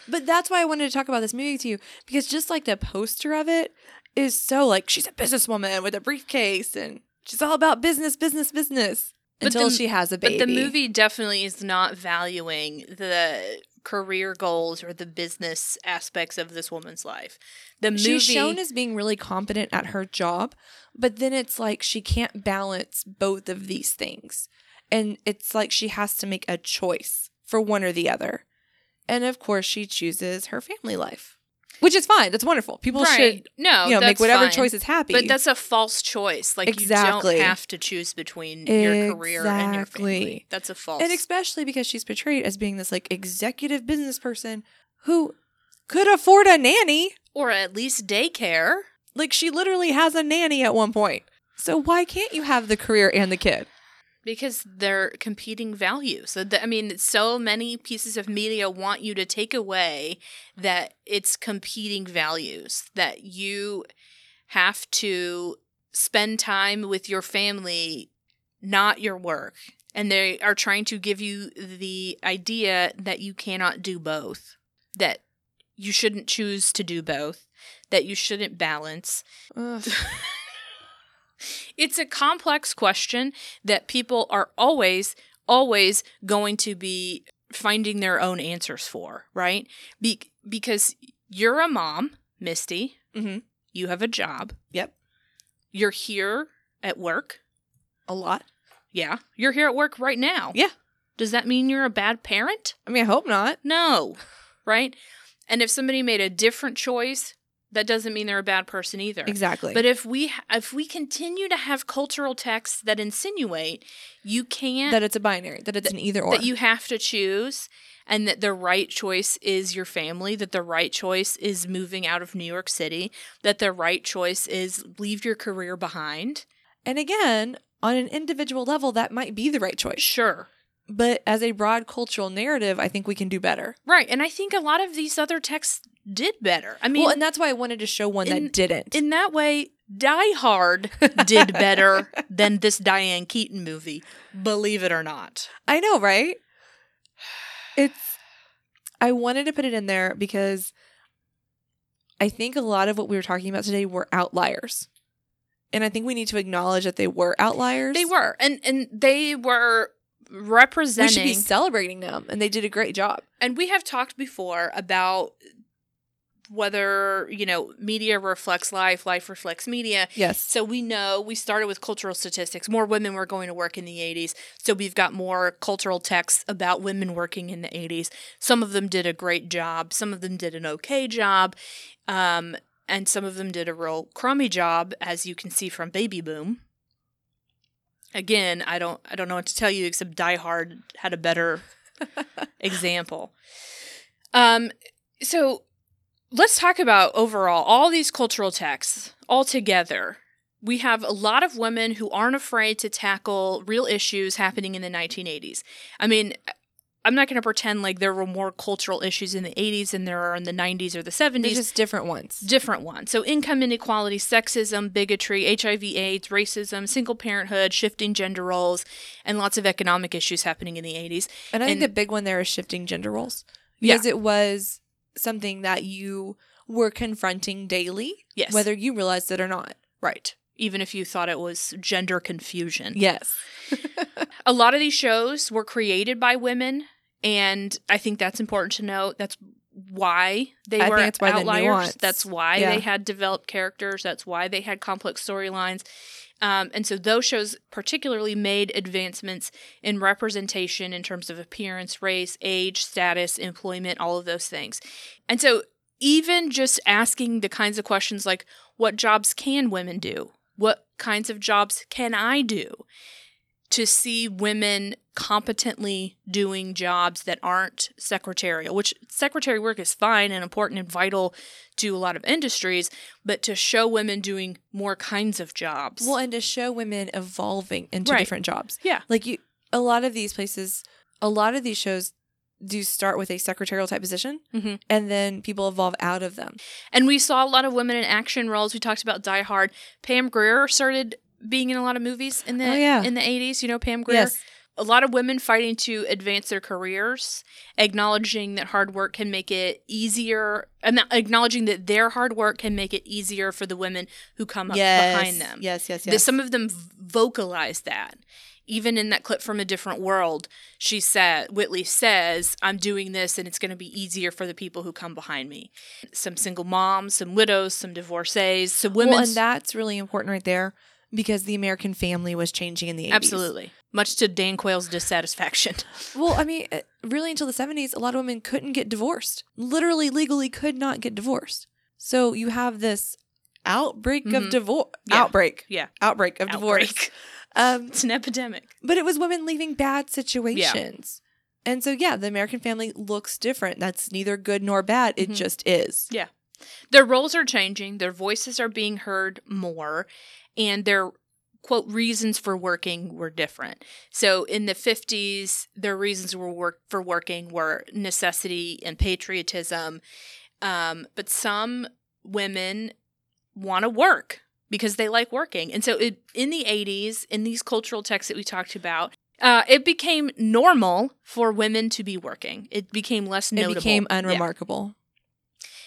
But that's why I wanted to talk about this movie to you because just like the poster of it is so like she's a businesswoman with a briefcase and she's all about business, business, business
But the
until
m-
she has a baby.
But the movie definitely is not valuing the career goals or the business aspects of this woman's life. The movie
she's shown as being really competent at her job, but then it's like she can't balance both of these things. And it's like she has to make a choice for one or the other. And of course, she chooses her family life, which is fine. That's wonderful. People should
no,
you know, make
that's
whatever
fine.
choice is happy.
But that's a false choice. Like
Exactly.
you don't have to choose between your career and your
Exactly.
family. That's a false.
and especially because she's portrayed as being this like executive business person who could afford a nanny.
or at least daycare.
Like she literally has a nanny at one point. So why can't you have the career and the kid?
Because they're competing values. So th- I mean, so many pieces of media want you to take away that it's competing values that you have to spend time with your family, not your work. And they are trying to give you the idea that you cannot do both, that you shouldn't choose to do both, that you shouldn't balance,
Ugh.
It's a complex question that people are always, always going to be finding their own answers for, right? Be- because you're a mom, Misty.
Mhm.
You have a job.
Yep.
You're here at work.
A lot.
Yeah. You're here at work right now.
Yeah.
Does that mean you're a bad parent?
I mean, I hope not.
No. Right? And if somebody made a different choice, that doesn't mean they're a bad person either.
Exactly.
But if we if we continue to have cultural texts that insinuate you can't
that it's a binary, that it's an either or.
that you have to choose and that the right choice is your family, that the right choice is moving out of New York City, that the right choice is leave your career behind.
and again, on an individual level, that might be the right choice.
Sure.
But as a broad cultural narrative, I think we can do better.
Right. And I think a lot of these other texts did better. I mean
well, and that's why I wanted to show one
in-
that didn't.
in that way, Die Hard did better than this Diane Keaton movie, believe it or not.
I know, right? It's. I wanted to put it in there because I think a lot of what we were talking about today were outliers. And I think we need to acknowledge that they were outliers.
They were, and and they were representing.
We should be celebrating them, and they did a great job.
and we have talked before about whether you know media reflects life, life reflects media.
Yes.
So we know we started with cultural statistics. More women were going to work in the 80s. So we've got more cultural texts about women working in the 80s. Some of them did a great job, some of them did an okay job, um, and some of them did a real crummy job, as you can see from Baby Boom. Again, I don't I don't know what to tell you except Die Hard had a better example. Um, so let's talk about overall all these cultural texts all together. We have a lot of women who aren't afraid to tackle real issues happening in the 1980s. I mean, I'm not going to pretend like there were more cultural issues in the 80s than there are in the 90s or the 70s
They're just different ones.
different one. So income inequality, sexism, bigotry, HIV AIDS, racism, single parenthood, shifting gender roles, and lots of economic issues happening in the 80s.
And I think
And-
the big one there is shifting gender roles because it was something that you we're confronting daily.
Yes.
Whether you realize it or not.
Right. Even if you thought it was gender confusion.
Yes.
a lot of these shows were created by women, and I think that's important to note. That's why they
I
were
think it's why the
outliers.
nuance.
That's why
Yeah.
they had developed characters. That's why they had complex storylines. Um, and so those shows particularly made advancements in representation in terms of appearance, race, age, status, employment, all of those things. And so even just asking the kinds of questions like, what jobs can women do? What kinds of jobs can I do? to see women competently doing jobs that aren't secretarial, which secretary work is fine and important and vital to a lot of industries, but to show women doing more kinds of jobs.
Well, and to show women evolving into
Right.
different jobs.
Yeah.
Like you a lot of these places, a lot of these shows do start with a secretarial type position
Mhm.
and then people evolve out of them.
And we saw a lot of women in action roles. We talked about Die Hard. Pam Grier started being in a lot of movies in the
Oh, yeah.
in the eighties. You know Pam Grier.
Yes.
A lot of women fighting to advance their careers, acknowledging that hard work can make it easier, and that- acknowledging that their hard work can make it easier for the women who come up
Yes.
behind them.
Yes, yes,
The-
yes.
Some of them v- vocalize that. Even in that clip from A Different World, she said, Whitley says, I'm doing this and it's going to be easier for the people who come behind me. Some single moms, some widows, some divorcees, some women.
Well, and that's really important right there because the American family was changing in the 80s.
Absolutely. Much to Dan Quayle's dissatisfaction.
Well, I mean, uh, really until the 70s, a lot of women couldn't get divorced. Literally, legally, could not get divorced. So you have this outbreak
Mhm.
of divorce.
Yeah.
Outbreak.
Yeah.
Outbreak of divorce.
Outbreak.
Um,
It's an epidemic.
but it was women leaving bad situations. And so, yeah, the American family looks different. That's neither good nor bad. It
Mhm.
just is.
Yeah. Their roles are changing, their voices are being heard more, and their quote reasons for working were different. So in the 50s, their reasons were work- for working were necessity and patriotism. Um, but some women want to work because they like working. And so it, in the 80s, in these cultural texts that we talked about, uh, it became normal for women to be working. It became less
It
notable.
became
Yeah
unremarkable.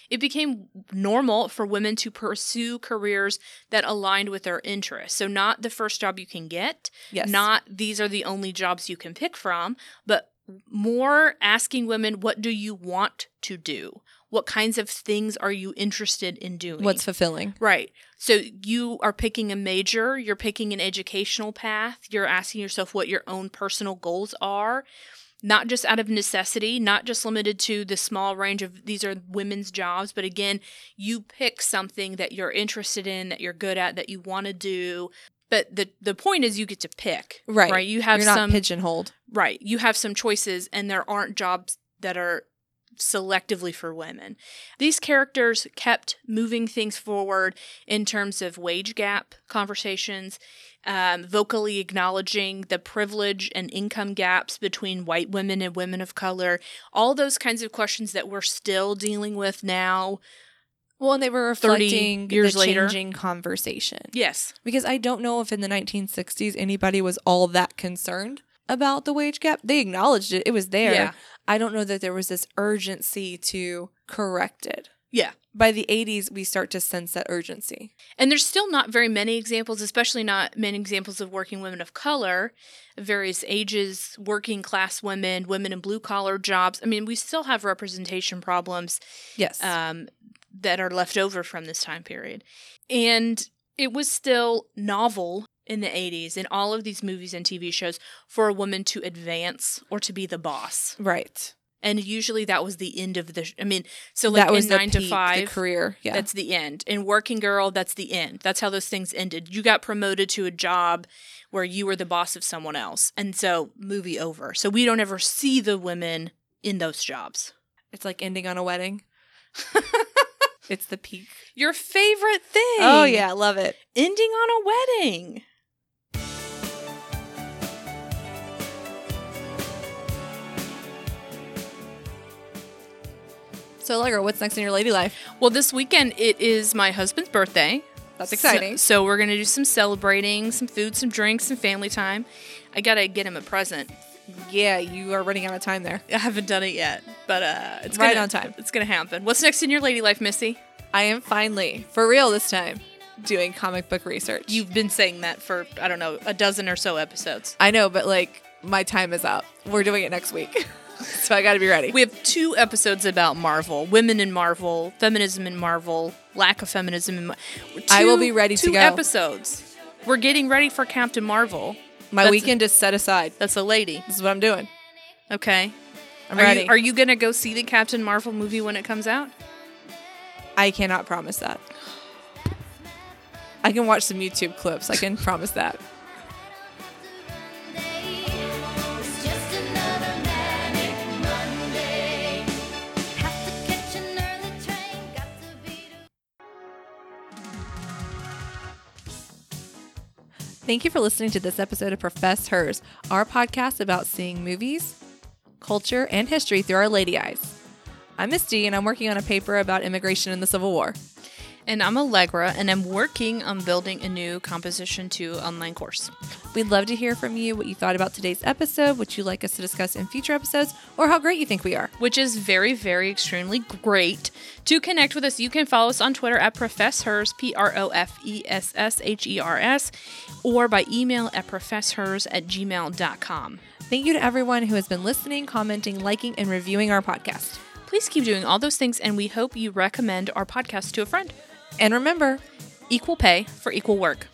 it became normal for women to pursue careers that aligned with their interests. So, not the first job you can get,
Yes.
not these are the only jobs you can pick from, but more asking women, what do you want to do? What kinds of things are you interested in doing?
What's fulfilling?
Right. So you are picking a major, you're picking an educational path, you're asking yourself what your own personal goals are, not just out of necessity, not just limited to the small range of these are women's jobs, but again, you pick something that you're interested in, that you're good at, that you want to do. But the the point is you get to pick.
Right.
Right. You have
You're not
some
pigeonholed.
Right. You have some choices, and there aren't jobs that are selectively for women. These characters kept moving things forward in terms of wage gap conversations, um, vocally acknowledging the privilege and income gaps between white women and women of color, all those kinds of questions that we're still dealing with now.
Well, and they were
30
reflecting
years
the
later.
changing conversation.
Yes.
Because I don't know if in the 1960s anybody was all that concerned about the wage gap. They acknowledged it, it was there.
Yeah.
I don't know that there was this urgency to correct it.
Yeah.
By the 80s, we start to sense that urgency.
And there's still not very many examples, especially not many examples of working women of color, various ages, working class women, women in blue collar jobs. I mean, we still have representation problems
Yes.
um, that are left over from this time period. And it was still novel in the 80s in all of these movies and TV shows for a woman to advance or to be the boss.
right.
And usually that was the end of the. Sh- I mean, so like
that was
in
the
nine
peak,
to
the
five
career. Yeah.
that's the end. In Working Girl, that's the end. That's how those things ended. You got promoted to a job where you were the boss of someone else. And so, movie over. So, we don't ever see the women in those jobs.
it's like ending on a wedding. it's the peak.
Your favorite thing.
Oh yeah, I love it.
Ending on a wedding.
So Allegra, what's next in your lady life?
Well, this weekend it is my husband's birthday.
That's exciting.
So, so we're going to do some celebrating, some food, some drinks, some family time. I got to get him a present.
Yeah, you are running out of time there.
I haven't done it yet, but uh, it's
Right
gonna,
on time.
It's gonna happen. What's next in your lady life, Missy?
I am finally, for real this time, doing comic book research.
You've been saying that for I don't know a dozen or so episodes.
I know, but like my time is up. We're doing it next week. so I got to be ready.
We have two episodes about Marvel, women in Marvel, feminism in Marvel, lack of feminism. In Mar-
I will
Two-
be ready to
two
go.
episodes. We're getting ready for Captain Marvel.
My
That's-
weekend is set aside.
That's a lady.
This is what I'm doing.
Okay.
I'm
are
ready.
You, are you gonna go see the Captain Marvel movie when it comes out?
I cannot promise that. I can watch some YouTube clips. I can promise that. Thank you for listening to this episode of Profess Hers, our podcast about seeing movies, culture, and history through our lady eyes. I'm Miss D, and I'm working on a paper about immigration in the Civil War.
And I'm Allegra, and I'm working on building a new Composition 2 online course.
We'd love to hear from you what you thought about today's episode, what you'd like us to discuss in future episodes, or how great you think we are.
which is very, very, extremely great. To connect with us, you can follow us on Twitter at ProfessHers, P R O F E S S H E R S, or by email at ProfessHers at gmail.com.
Thank you to everyone who has been listening, commenting, liking, and reviewing our podcast.
Please keep doing all those things, and we hope you recommend our podcast to a friend.
And remember
equal pay for equal work.